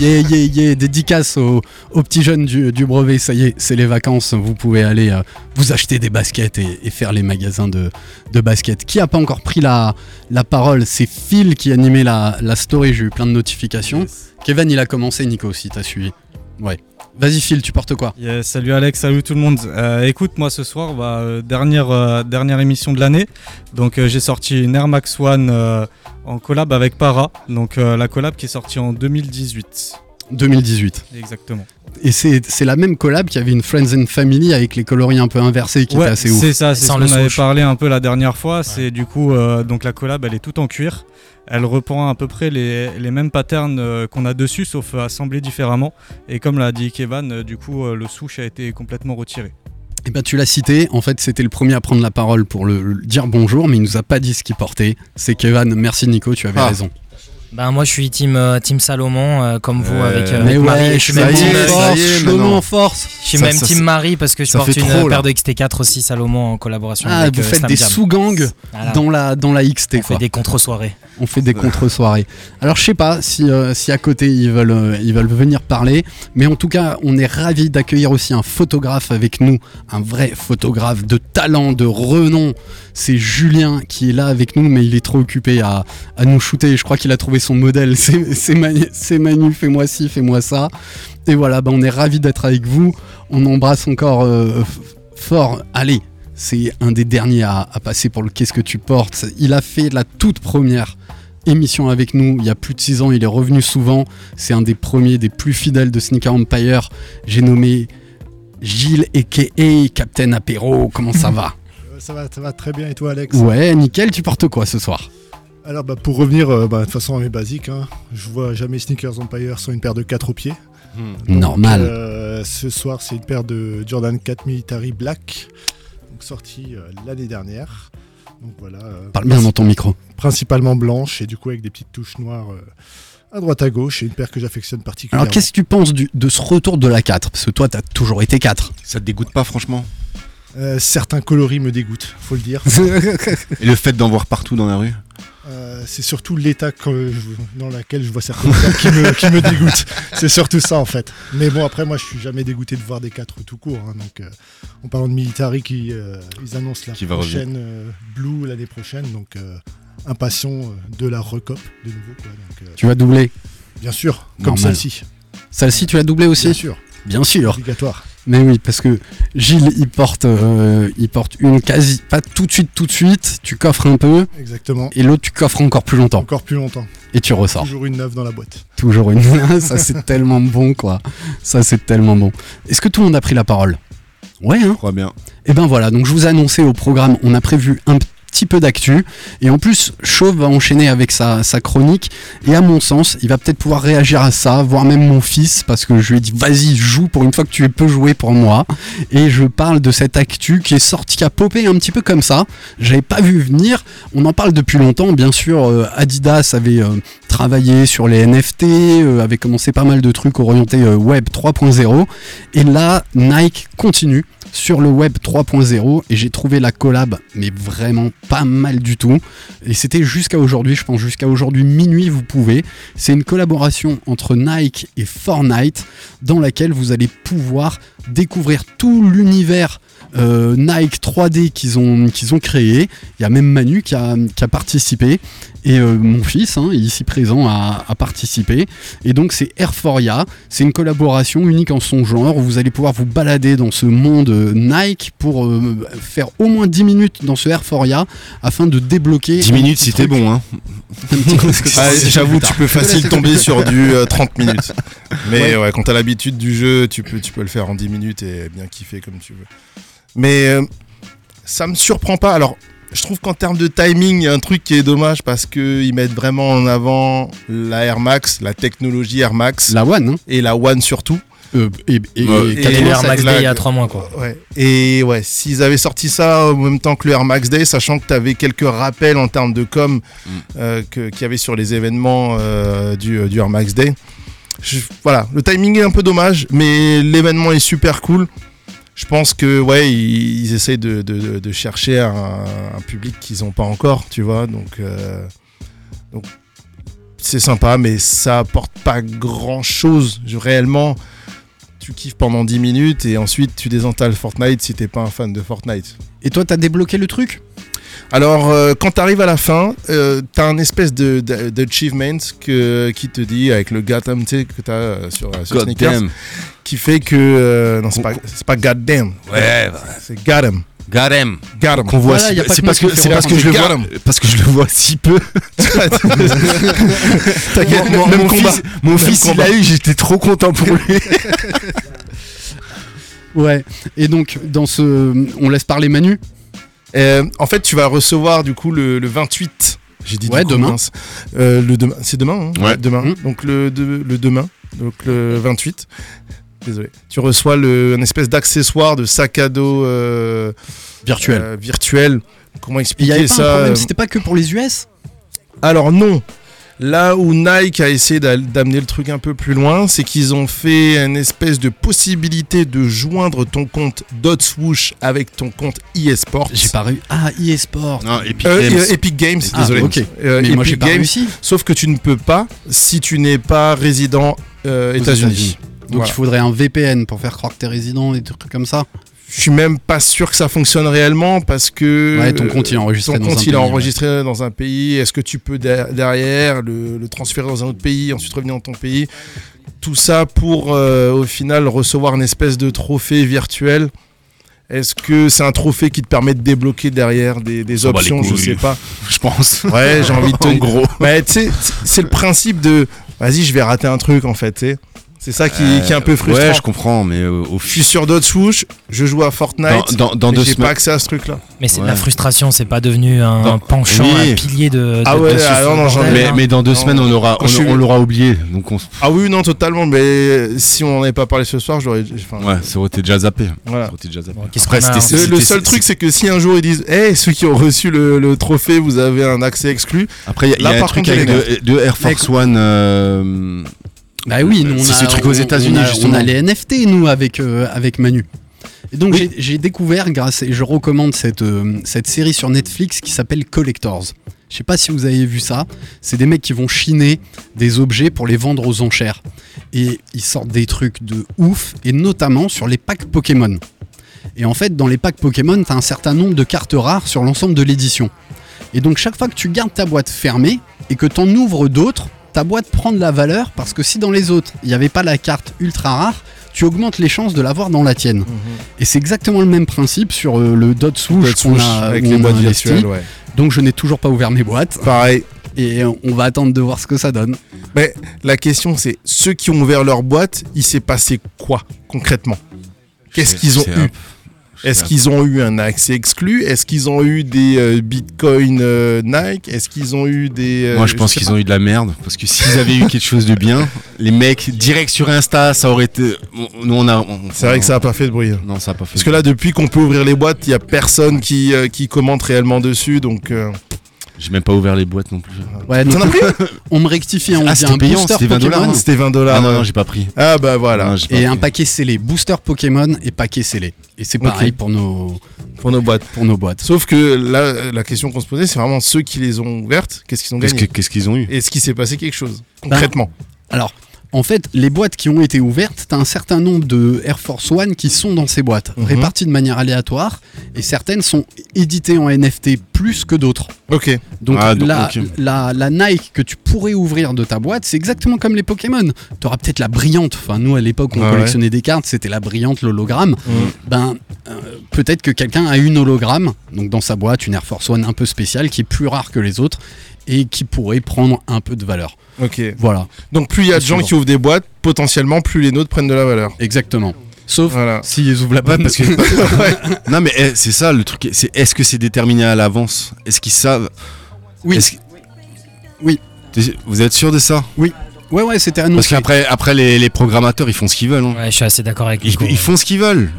S1: Yeah, yeah, yeah. Dédicace aux, aux petits jeunes du, du brevet. Ça y est, c'est les vacances. Vous pouvez aller euh, vous acheter des baskets et, et faire les magasins de, de baskets. Qui a pas encore pris la, la parole C'est Phil qui animait la, la story. J'ai eu plein de notifications. Kevin, il a commencé. Nico, si t'as suivi. Ouais. Vas-y Phil, tu portes quoi
S15: Yeah, salut Alex, salut tout le monde. Euh, écoute, moi ce soir, bah, euh, dernière, euh, dernière émission de l'année. Donc euh, j'ai sorti une Air Max One euh, en collab avec Para. Donc euh, la collab qui est sortie en 2018.
S1: 2018.
S15: Exactement.
S1: Et c'est c'est la même collab qu'il y avait une Friends and Family avec les coloris un peu inversés qui
S15: Ouais,
S1: était assez ouf.
S15: C'est ça, c'est ce qu'on avait parlé un peu la dernière fois. C'est du coup, euh, donc la collab, elle est toute en cuir. Elle reprend à peu près les, les mêmes patterns euh, qu'on a dessus, sauf assemblés différemment. Et comme l'a dit Kevin, euh, du coup, euh, le souche a été complètement retiré.
S1: Eh ben, tu l'as cité, en fait c'était le premier à prendre la parole pour le, le dire bonjour, mais il nous a pas dit ce qu'il portait. C'est Kevin, merci Nico, tu avais
S7: Ah.
S1: raison.
S7: Ben moi je suis team, euh, team Salomon, euh, comme vous
S1: Euh,
S7: avec, euh,
S1: mais
S7: avec
S1: ouais,
S7: Marie. Et Je suis
S1: ça
S7: même
S1: y
S7: team
S1: est, ça y est,
S7: Force.
S1: Salomon, maintenant. force.
S7: Je suis
S1: Ça,
S7: même
S1: ça,
S7: team
S1: ça-
S7: Marie parce que je
S1: ça
S7: porte
S1: fait
S7: une
S1: trop, là.
S7: paire de XT4 aussi Salomon en collaboration
S1: Ah,
S7: avec
S1: vous
S7: euh,
S1: faites
S7: Slam
S1: des
S7: Jam.
S1: sous-gangs
S7: Voilà.
S1: dans la, dans la XT.
S7: On fait des contre-soirées.
S1: On fait des contre-soirées. Alors je sais pas si, euh, si à côté ils veulent, euh, ils veulent venir parler, mais en tout cas on est ravis d'accueillir aussi un photographe avec nous, un vrai photographe de talent, de renom. C'est Julien qui est là avec nous, mais il est trop occupé à, à nous shooter. Je crois qu'il a trouvé son modèle. [laughs] C'est c'est Manu, c'est Manu, fais-moi ci, fais-moi ça. Et voilà, bah, on est ravis d'être avec vous. On embrasse encore euh, f- fort. Allez, c'est un des derniers à, à passer pour le Qu'est-ce que tu portes Il a fait la toute première émission avec nous il y a plus de 6 ans, il est revenu souvent, c'est un des premiers, des plus fidèles de Sneaker Empire, j'ai nommé Gilles a.k.a. Captain Apéro, comment ça
S16: [laughs]
S1: va
S16: Euh, Ça va, ça va très bien. Et toi, Alex
S1: Ouais, nickel, tu portes quoi ce soir
S16: Alors, bah, pour revenir, euh, bah, de toute façon, à mes basiques, hein, je vois jamais Sneakers Empire sans une paire de 4 aux pieds.
S8: Hmm.
S16: Donc,
S1: Normal.
S16: euh, ce soir, c'est une paire de Jordan 4 Military Black, donc sortie euh, l'année dernière. Donc voilà. euh,
S1: Parle bien dans ton micro.
S16: Principalement blanche et du coup avec des petites touches noires euh, à droite à gauche. Et une paire que j'affectionne particulièrement.
S1: Alors qu'est-ce que tu penses du- de ce retour de la 4 Parce que toi, t'as toujours été 4.
S10: Ça te dégoûte pas franchement
S16: Euh, certains coloris me dégoûtent, faut le dire.
S10: Et le fait d'en voir partout dans la rue
S16: Euh, c'est surtout l'état que je- dans lequel je vois certaines paires qui me, qui me dégoûtent. C'est surtout ça en fait. Mais bon, après, moi je suis jamais dégoûté de voir des quatre tout court. hein. donc, euh, en parlant de Militari, qui, euh, ils annoncent la
S10: Qui va
S16: prochaine euh, Blue l'année prochaine. Donc, euh, impatient euh, de la recop de nouveau. quoi. Donc, euh,
S1: Tu vas doubler
S16: Bien sûr, comme
S1: Normal.
S16: celle-ci.
S1: Celle-ci, tu l'as doublée aussi
S16: Bien sûr.
S1: Bien sûr.
S16: Obligatoire.
S1: Mais oui, parce que Gilles, il porte, euh, il porte une quasi, pas tout de suite, tout de suite, tu coffres un peu.
S16: Exactement.
S1: Et l'autre, tu coffres encore plus longtemps.
S16: Encore plus longtemps.
S1: Et tu ressors.
S16: Toujours une neuve dans la boîte.
S1: Toujours une. ça c'est tellement bon quoi. Ça c'est tellement bon. Est-ce que tout le monde a pris la parole Ouais hein.
S10: bien.
S1: Et ben voilà, donc je vous annonçais au programme, on a prévu un petit peu d'actu et en plus Chauve va enchaîner avec sa, sa chronique et à mon sens il va peut-être pouvoir réagir à ça voire même mon fils parce que je lui ai dit vas-y joue pour une fois que tu peux jouer pour moi et je parle de cette actu qui est sortie qui a popé un petit peu comme ça j'avais pas vu venir on en parle depuis longtemps bien sûr euh, Adidas avait euh, travaillé sur les NFT euh, avait commencé pas mal de trucs orientés euh, web 3.0 et là Nike continue sur le web 3.0 et j'ai trouvé la collab mais vraiment pas mal du tout et c'était jusqu'à aujourd'hui je pense jusqu'à aujourd'hui minuit vous pouvez c'est une collaboration entre Nike et Fortnite dans laquelle vous allez pouvoir découvrir tout l'univers euh, Nike 3D qu'ils ont, qu'ils ont créé. Il y a même Manu qui a, qui a participé. Et euh, mon fils, hein, ici présent, a, a participé. Et donc c'est Airforia. C'est une collaboration unique en son genre. où Vous allez pouvoir vous balader dans ce monde euh, Nike pour euh, faire au moins 10 minutes dans ce Airforia afin de débloquer...
S10: 10
S1: un
S10: minutes
S1: petit
S10: si t'es
S1: truc.
S10: bon, hein.
S1: [laughs] Un petit truc.
S8: Ah, J'avoue, tu peux facile tomber sur du euh, 30 minutes. Mais
S1: Ouais.
S8: ouais, quand t'as l'habitude du jeu, tu peux, tu peux le faire en 10 minutes et bien kiffer comme tu veux. Mais euh, ça me surprend pas. Alors, je trouve qu'en termes de timing, il y a un truc qui est dommage parce qu'ils mettent vraiment en avant la Air Max, la technologie Air Max.
S1: La One. hein.
S8: Et la One surtout.
S1: Euh, et et,
S8: Ouais.
S1: quatre
S8: Et
S1: mois,
S8: l'Air
S1: ça-
S8: Max
S1: la-
S8: Day il y a trois
S7: mois, quoi.
S8: Ouais. Et ouais, s'ils avaient sorti ça en même temps que le Air Max Day, sachant que tu avais quelques rappels en termes de com euh, que- qu'il y avait sur les événements euh, du, du Air Max Day. Je- voilà, le timing est un peu dommage, mais l'événement est super cool. Je pense que ouais, ils, ils essayent de, de- de chercher un, un public qu'ils n'ont pas encore, tu vois. Donc, euh, donc c'est sympa, mais ça apporte pas grand chose. Je, réellement, tu kiffes pendant 10 minutes et ensuite tu désentales Fortnite si t'es pas un fan de Fortnite.
S1: Et toi, t'as débloqué le truc
S8: Alors, euh, quand tu arrives à la fin, euh, t'as un espèce de, de- d'achievement que, qui te dit, avec le Gotham tu sais, que t'as euh, sur, euh, sur
S10: God
S8: Sneakers,
S10: damn.
S8: qui fait que. euh, non, c'est pas, c'est pas Goddamn.
S10: Ouais, bah.
S8: c'est Gotham.
S10: Garem.
S8: Gotham.
S10: Qu'on voit
S8: Voilà,
S10: si
S8: y a
S10: peu.
S8: pas
S10: C'est
S8: que
S10: parce
S8: nous
S10: que,
S8: qui
S10: c'est
S8: le
S10: parce que
S8: ferons,
S10: je le
S8: c'est
S10: vois,
S8: Gotham.
S10: parce que je le vois
S8: [laughs]
S10: si peu. T'inquiète,
S8: Mon-
S10: mon,
S8: même combat.
S10: fils, mon
S8: Même
S10: fils, il
S8: combat.
S10: l'a eu, j'étais trop content pour lui.
S1: [laughs] Ouais. Et donc, dans ce. On laisse parler Manu
S8: Euh, en fait, tu vas recevoir du coup le, le 28. J'ai dit du
S1: Ouais,
S8: coup,
S1: demain. Hum.
S8: mince. Euh, le demain, c'est demain. hein
S10: Ouais.
S8: Demain. Donc le, de- le demain, donc le 28. Désolé. Tu reçois le, un espèce d'accessoire de sac à dos euh,
S1: Virtuel.
S8: euh, virtuel. Comment
S1: Il y
S8: expliquer
S1: avait pas
S8: ça
S1: un
S8: euh,
S1: problème, c'était pas que pour les US
S8: alors non. Là où Nike a essayé d'a- d'amener le truc un peu plus loin, c'est qu'ils ont fait une espèce de possibilité de joindre ton compte Dotswoosh avec ton compte eSports. J'ai
S1: pas réussi. Ah, eSports.
S10: Non, Epic
S8: Euh,
S10: Games.
S8: euh, Epic Games,
S10: Ah,
S8: désolé.
S10: ok.
S8: Euh,
S10: Mais moi,
S8: Epic
S10: j'ai pas
S8: Games,
S10: réussi.
S8: Sauf que tu ne peux pas si tu n'es pas résident euh, États-Unis.
S1: Donc
S8: Voilà.
S1: il faudrait un VPN pour faire croire que t'es résident, des trucs comme ça.
S8: Je suis même pas sûr que ça fonctionne réellement parce que
S1: Ouais, ton compte, il est enregistré
S8: ton
S1: dans
S8: compte,
S1: un
S8: il est
S1: pays,
S8: enregistré dans un pays. Est-ce que tu peux der- derrière le, le transférer dans un autre pays, ensuite revenir dans ton pays Tout ça pour euh, au final recevoir une espèce de trophée virtuel. Est-ce que c'est un trophée qui te permet de débloquer derrière des, des
S10: s'en bat les
S8: options Je
S10: couilles,
S8: sais pas.
S10: [laughs] Je pense.
S8: Ouais, j'ai envie de te
S10: [laughs] En gros.
S8: Mais tu sais, c'est- c'est le principe de vas-y, je vais rater un truc en fait. tu sais. C'est ça qui, qui est un peu frustrant.
S10: Euh, Ouais, je comprends, mais euh, au
S8: Je suis sur d'autres souches, je joue à Fortnite.
S10: Dans- dans- dans
S8: mais
S10: deux
S8: J'ai
S10: semaines.
S8: pas accès à ce truc-là.
S7: Mais c'est de
S10: Ouais.
S7: la frustration, c'est pas devenu un
S10: Dans-
S7: penchant,
S10: Oui.
S7: un pilier de. de-
S8: Ah ouais,
S7: de ce
S8: ah non, non, j'en ai-
S7: bordel,
S10: mais,
S7: hein.
S10: mais dans deux semaines, on l'aura,
S8: Quand
S10: on,
S8: je suis-
S10: on l'aura oublié. Donc on, s-
S8: Ah oui, non, totalement. Mais si on n'avait pas parlé ce soir, j'aurais. enfin,
S10: ouais, ça aurait été déjà zappé.
S8: Voilà.
S10: Ça aurait été déjà zappé.
S7: qu'est-ce
S10: Après,
S7: qu'on a,
S10: c'était-
S7: hein
S10: c'était-
S8: Le, le
S10: c'était-
S8: seul truc, c'est que si un jour ils disent, hey, ceux qui ont reçu le, le trophée, vous avez un accès exclu.
S10: Après, il y a- il y
S8: Là,
S10: a un
S8: par
S10: truc
S8: contre,
S10: avec
S8: les nerfs.
S10: de, de Air Force One. euh,
S1: Bah oui, nous, on
S10: c'est
S1: a-
S10: ce truc aux
S1: on-
S10: États-Unis
S1: on a-
S10: justement.
S1: On a les NFT nous avec euh, avec Manu. Et donc j'ai- j'ai découvert grâce et je recommande cette euh, cette série sur Netflix qui s'appelle Collectors. Je sais pas si vous avez vu ça. C'est des mecs qui vont chiner des objets pour les vendre aux enchères et ils sortent des trucs de ouf et notamment sur les packs Pokémon. Et en fait, dans les packs Pokémon, tu as un certain nombre de cartes rares sur l'ensemble de l'édition. Et donc, chaque fois que tu gardes ta boîte fermée et que tu en ouvres d'autres, ta boîte prend de la valeur parce que si dans les autres, il n'y avait pas la carte ultra rare, tu augmentes les chances de l'avoir dans la
S10: Mhm.
S1: tienne. Et c'est exactement le même principe sur euh, le Dot Swoosh
S8: Dot
S1: qu'on
S8: Swoosh
S1: a
S8: avec
S1: où
S8: les
S1: on a
S8: boîtes
S1: investi.
S8: virtuelles, ouais.
S1: Donc, je n'ai toujours pas ouvert mes boîtes.
S8: Pareil.
S1: Et euh, on va attendre de voir ce que ça donne.
S8: Mais la question, c'est ceux qui ont ouvert leur boîte, il s'est passé quoi concrètement Qu'est-ce
S10: C'est-
S8: qu'ils ont
S10: c'est
S8: eu
S10: un- c'est
S8: Est-ce
S10: un-
S8: qu'ils ont eu un accès exclu Est-ce qu'ils ont eu des euh, bitcoins euh, Nike Est-ce qu'ils ont eu des. euh,
S10: Moi, je pense
S8: sais
S10: qu'ils
S8: pas.
S10: ont eu de la merde parce que s'ils avaient eu quelque chose de bien, les mecs direct sur Insta, ça aurait été. on- Nous, on a. on-
S8: C'est vrai que ça a pas fait de bruit. hein.
S10: Non, ça a pas fait.
S8: Parce que là, depuis qu'on peut ouvrir les boîtes, il y a personne qui, euh, qui commente réellement dessus, donc. euh,
S10: J'ai même pas ouvert les boîtes non plus.
S1: Ouais,
S8: T'en
S1: donc,
S8: as pris
S1: [laughs] on me rectifie, on
S10: Ah,
S1: dit
S10: c'était
S1: un
S10: payant,
S1: booster
S10: c'était 20 dollars,
S1: Pokémon.
S10: non
S8: C'était 20 dollars.
S10: Ah non, non, j'ai pas pris.
S8: Ah bah voilà.
S10: Non, j'ai pas
S1: Et
S10: pris.
S1: un paquet scellé, booster Pokémon et paquet scellé. Et c'est pareil
S8: Ok.
S1: pour nos
S8: pour nos boîtes.
S1: pour nos boîtes.
S8: Sauf que là, la question qu'on se posait, c'est vraiment ceux qui les ont ouvertes, qu'est-ce qu'ils ont
S10: Qu'est-ce
S8: gagné
S10: que- qu'est-ce qu'ils ont eu
S8: Est-ce qu'il s'est passé quelque chose concrètement
S1: Alors, en fait, les boîtes qui ont été ouvertes, t'as un certain nombre de Air Force One qui sont dans ces boîtes,
S8: Mhm.
S1: réparties de manière aléatoire, et certaines sont éditées en NFT plus que d'autres.
S8: Ok.
S1: Donc,
S10: Ah, donc,
S1: la,
S10: ok.
S1: la, la Nike que tu pourrais ouvrir de ta boîte, c'est exactement comme les Pokémon. Tu auras peut-être la brillante. Enfin, nous, à l'époque, on
S8: Ah ouais.
S1: collectionnait des cartes, c'était la brillante, l'hologramme.
S10: Mm.
S1: Ben, euh, peut-être que quelqu'un a une hologramme, donc dans sa boîte, une Air Force One un peu spéciale, qui est plus rare que les autres et qui pourrait prendre un peu de valeur.
S8: Ok.
S1: Voilà.
S8: Donc plus il y a de gens qui ouvrent des boîtes, potentiellement plus les nôtres prennent de la valeur.
S1: Exactement. Sauf
S8: Voilà.
S1: s'ils ouvrent la
S10: Ouais,
S1: boîte
S10: parce que.
S1: [laughs]
S10: non, mais eh, c'est ça le truc. c'est- Est-ce que c'est déterminé à l'avance Est-ce qu'ils savent
S1: Oui.
S10: Est-ce que-
S1: Oui.
S10: T'es- Vous êtes sûr de ça
S1: Oui. Ouais, ouais, c'était
S10: Parce
S1: annoncé.
S10: qu'après, après les, les programmateurs, ils font ce qu'ils veulent. hein.
S7: Ouais, je suis assez d'accord avec
S10: Ils,
S7: Nico.
S10: ils font ce qu'ils veulent.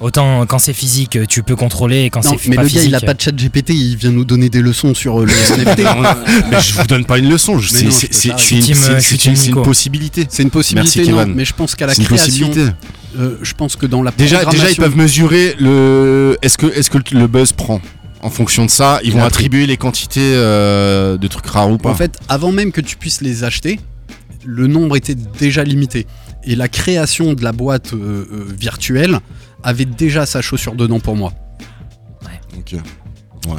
S7: Autant euh, quand c'est physique, euh, tu peux contrôler, et quand
S1: Non,
S7: c'est
S1: mais
S7: pas
S1: le gars,
S7: physique.
S1: il a pas de chat GPT, il vient nous donner des leçons sur euh, le
S10: [laughs]
S1: NFT.
S10: mais je vous donne pas une leçon. je-
S1: Mais
S10: c'est-
S1: non, je
S10: C'est
S1: peux
S10: c'est-
S1: pas.
S10: c'est une,
S7: Team,
S10: c'est-
S7: euh, je
S10: c'est
S7: suis
S10: une-
S7: team
S10: c'est une
S7: Nico.
S10: possibilité.
S1: C'est une possibilité,
S10: Merci,
S1: non,
S10: Kevin.
S1: mais je pense qu'à la
S10: C'est une
S1: création.
S10: possibilité.
S1: euh, je pense que dans la
S10: Déjà, déjà, ils
S1: programmation-
S10: peuvent mesurer le. Est-ce que, est-ce que le buzz prend En fonction de ça, ils
S1: Il
S10: vont
S1: a
S10: attribuer les quantités euh, de trucs rares ou pas.
S1: En fait, avant même que tu puisses les acheter, le nombre était déjà limité. Et la création de la boîte euh, euh, virtuelle
S10: euh,
S1: avait déjà sa chaussure dedans pour moi.
S10: Ok.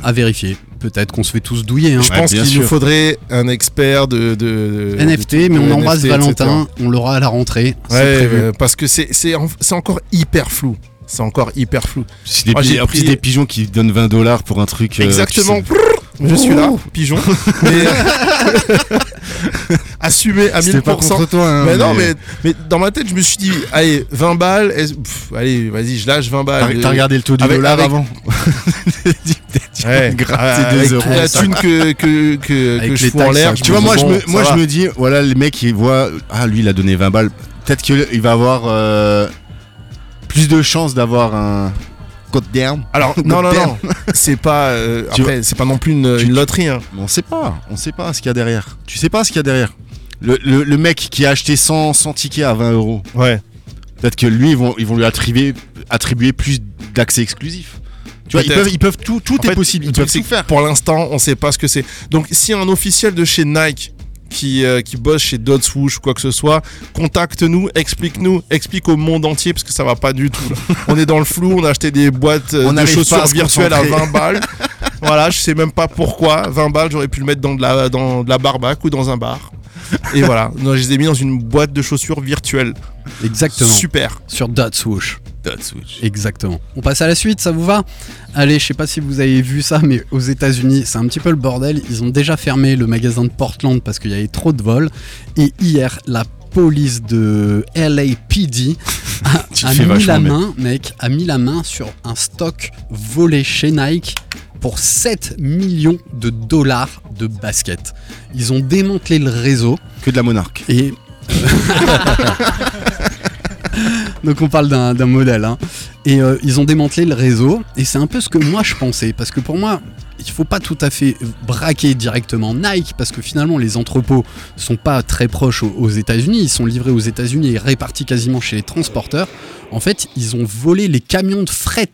S1: À vérifier. Peut-être qu'on se fait tous douiller. hein. Euh,
S8: Je pense qu'il nous faudrait un expert de. de- de-
S1: NFT, mais
S8: de
S1: on embrasse
S8: NFT,
S1: Valentin,
S8: etc.
S1: on l'aura à la rentrée. c'est
S8: Ouais,
S1: prévu.
S8: euh, parce que c'est c'est en- c'est encore hyper flou. C'est encore hyper flou.
S10: C'est des,
S1: Ah,
S8: Moi,
S10: pi-
S8: j'ai
S10: en plus,
S8: pris-
S10: des pigeons qui donnent 20 dollars pour un truc. euh,
S8: Exactement.
S10: tu sais.
S8: Je suis là, pigeon.
S10: [laughs]
S8: Mais... [laughs] Assumé à 1000%.
S10: C'était pas contre toi, hein,
S8: mais, euh, non,
S10: mais-
S8: mais, mais dans ma tête, je me suis dit, allez, 20 balles. est-ce- pff, allez, vas-y, je lâche 20 balles.
S10: T'as- t'as regardé le taux du
S8: [laughs]
S10: dollar avant.
S8: ouais, Ah,
S10: gratter
S8: avec
S10: deux euros,
S8: La
S10: ça.
S8: thune que, que, que,
S10: Avec
S8: que je
S10: les
S8: fous en
S10: taxes,
S8: l'air.
S10: ça,
S8: je
S10: Tu vois, moi, je
S8: bon,
S10: me,
S8: ça
S10: moi,
S8: va.
S10: je me dis, voilà, les mecs, ils voient, ah, lui, il a donné 20 balles. Peut-être qu'il va avoir euh, plus de chances d'avoir un code d'herbe. [laughs]
S8: Alors, non, non, non. [laughs] C'est pas. euh,
S10: Tu
S8: après,
S10: vois-
S8: c'est pas non plus une, une loterie. hein.
S10: Mais on sait pas, on sait pas ce qu'il y a derrière. Tu sais pas ce qu'il y a derrière. Le, le- le mec qui a acheté 100, 100 tickets à 20 euros.
S8: Ouais.
S10: Peut-être que lui, ils vont, ils vont lui attribuer, attribuer plus d'accès exclusif. Tu vois, ils
S8: Peut-être.
S10: peuvent, ils peuvent tout, tout
S8: En
S10: est
S8: fait,
S10: possible.
S8: le
S10: Ils
S8: truc,
S10: peuvent
S8: c'est
S10: tout
S8: que
S10: faire.
S8: Pour l'instant, on sait pas ce que c'est. Donc, si un officiel de chez Nike qui, euh, qui bosse chez Dotswoosh ou quoi que ce soit, contacte-nous, explique-nous, explique au monde entier parce que ça va pas du tout. là. on est dans le flou, on a acheté des boîtes euh,
S10: On
S8: de
S10: n'arrive pas à
S8: chaussures
S10: se
S8: virtuelles à
S10: concentrer.
S8: 20 balles. voilà, je sais même pas pourquoi. 20 balles, j'aurais pu le mettre dans de la, dans de la barbac ou dans un bar. Et voilà, Non, je les ai mis dans une boîte de chaussures virtuelle.
S1: Exactement.
S8: Super.
S1: Sur Dotswoosh. Exactement. On passe à la suite, ça vous va Allez, je sais pas si vous avez vu ça, mais aux États-Unis, c'est un petit peu le bordel. Ils ont déjà fermé le magasin de Portland parce qu'il y avait trop de vols. Et hier, la police de LAPD
S10: Tu
S1: a,
S10: te
S1: a mis Ah,
S10: fais
S1: la
S10: vachement bien.
S1: main, mec, a mis la main sur un stock volé chez Nike pour 7 millions de dollars de baskets. Ils ont démantelé le réseau.
S10: Que de la monarque.
S1: Et euh, [laughs] Donc on parle d'un d'un modèle. hein. Et euh, ils ont démantelé le réseau. Et c'est un peu ce que moi je pensais. Parce que pour moi, il faut pas tout à fait braquer directement Nike. Parce que finalement, les entrepôts sont pas très proches aux, aux États-Unis. Ils sont livrés aux États-Unis et répartis quasiment chez les transporteurs. En fait, ils ont volé les camions de fret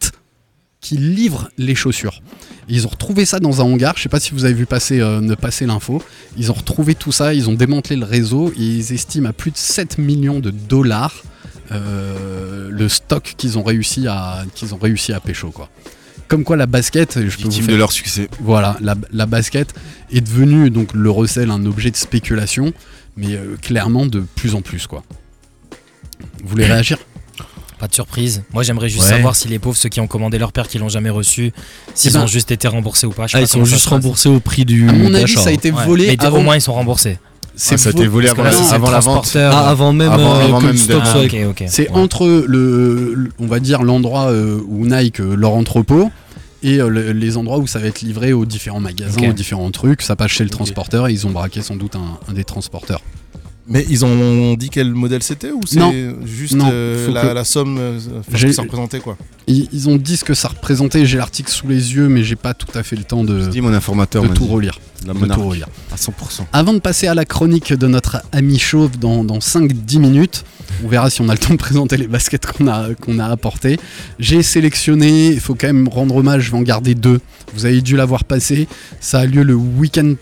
S1: qui livrent les chaussures. Et Ils ont retrouvé ça dans un hangar. Je sais pas si vous avez vu passer, euh, ne passer l'info. Ils ont retrouvé tout ça. Ils ont démantelé le réseau et ils estiment à plus de 7 millions de dollars euh, le stock qu'ils ont réussi à qu'ils ont réussi à pécho quoi. Comme quoi la basket, je peux vous
S10: Victime
S1: faire-
S10: de leur succès.
S1: Voilà, la, la basket est devenue donc le recel un objet de spéculation, mais euh, clairement de plus en plus quoi. Vous voulez réagir
S9: Ah,
S7: Pas de surprise. Moi, j'aimerais juste
S1: Ouais.
S7: savoir si les pauvres, ceux qui ont commandé leur paire, qui l'ont jamais reçu, s'ils
S1: Eh ben-
S7: ont juste été remboursés ou pas. Je sais
S9: Ah,
S7: pas
S9: ils sont
S7: comment ça
S9: juste
S7: se passe.
S9: remboursés au prix du. hein.
S1: À mon avis,
S9: d'achat.
S1: ça a été volé
S7: Mais
S1: avant-
S7: au moins, ils sont remboursés.
S1: C'est
S10: Mmh, Ah, ça a
S1: vo-
S10: été volé
S1: parce que
S10: avant,
S1: là,
S10: la,
S1: c'est
S10: avant la vente.
S7: transporteur. Ah,
S9: avant même,
S10: Avant,
S9: euh,
S10: avant
S9: que le
S10: même
S9: stock
S10: de-
S9: soit-
S7: Ok, ok.
S1: C'est
S7: ouais.
S1: entre le, le- on va dire l'endroit euh, où Nike euh, leur entrepôt et euh, le- les endroits où ça va être livré aux différents magasins,
S7: Ok.
S1: aux différents trucs. Ça passe chez le transporteur et ils ont braqué sans doute un, un des transporteurs.
S8: Mais ils ont dit quel modèle c'était ou c'est
S1: Non.
S8: juste
S1: Non,
S8: euh,
S1: faut
S8: la,
S1: que-
S8: la somme euh, enfin,
S1: J'ai-
S8: que ça représentait quoi
S1: Ils, ils ont dit ce que ça représentait. J'ai l'article sous les yeux, mais j'ai pas tout à fait le temps de,
S10: Dis mon informateur.
S1: de
S10: m'a
S1: tout
S10: dit.
S1: relire.
S10: La
S1: De
S10: monarque.
S1: tout relire.
S10: À 100%.
S1: Avant de passer à la chronique de notre ami Chauve dans, dans 5-10 minutes, on verra si on a le temps de présenter les baskets qu'on a, qu'on a apportées. J'ai sélectionné, il faut quand même rendre hommage, je vais en garder deux. Vous avez dû l'avoir passé. Ça a lieu le week-end.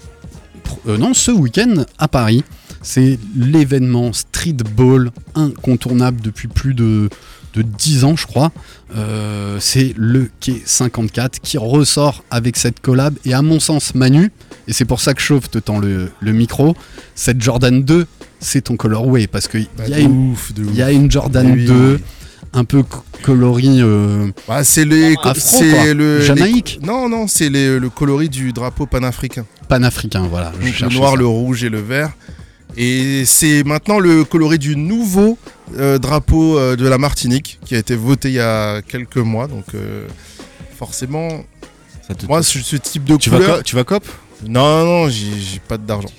S1: pro- euh, non, ce week-end à Paris. C'est l'événement streetball incontournable depuis plus de, de 10 ans, je crois. Euh, c'est le Quai 54 qui ressort avec cette collab. Et à mon sens, Manu, et c'est pour ça que Chauve te tend le, le micro, cette Jordan 2, c'est ton colorway. Parce qu'il
S8: Bah,
S1: y, a
S8: de
S1: une-
S8: ouf, de
S1: il y a
S8: ouf.
S1: une Jordan
S8: Oui, oui,
S1: 2, un peu co- coloris. euh,
S8: Bah, c'est les,
S1: Afro, quoi.
S8: c'est le les-
S1: Jamaïque.
S8: non, non, c'est les- le coloris du drapeau panafricain.
S1: panafricain, voilà. je
S8: Donc, le
S1: cherchais
S8: noir,
S1: ça.
S8: le rouge et le vert. Et c'est maintenant le coloris du nouveau euh, drapeau euh, de la Martinique qui a été voté il y a quelques mois. Donc euh, forcément,
S10: Ça te-
S8: moi ce, ce type de
S10: tu, vas
S8: couleur.
S10: co- tu vas cop
S8: non, non, j'ai j'ai pas d'argent.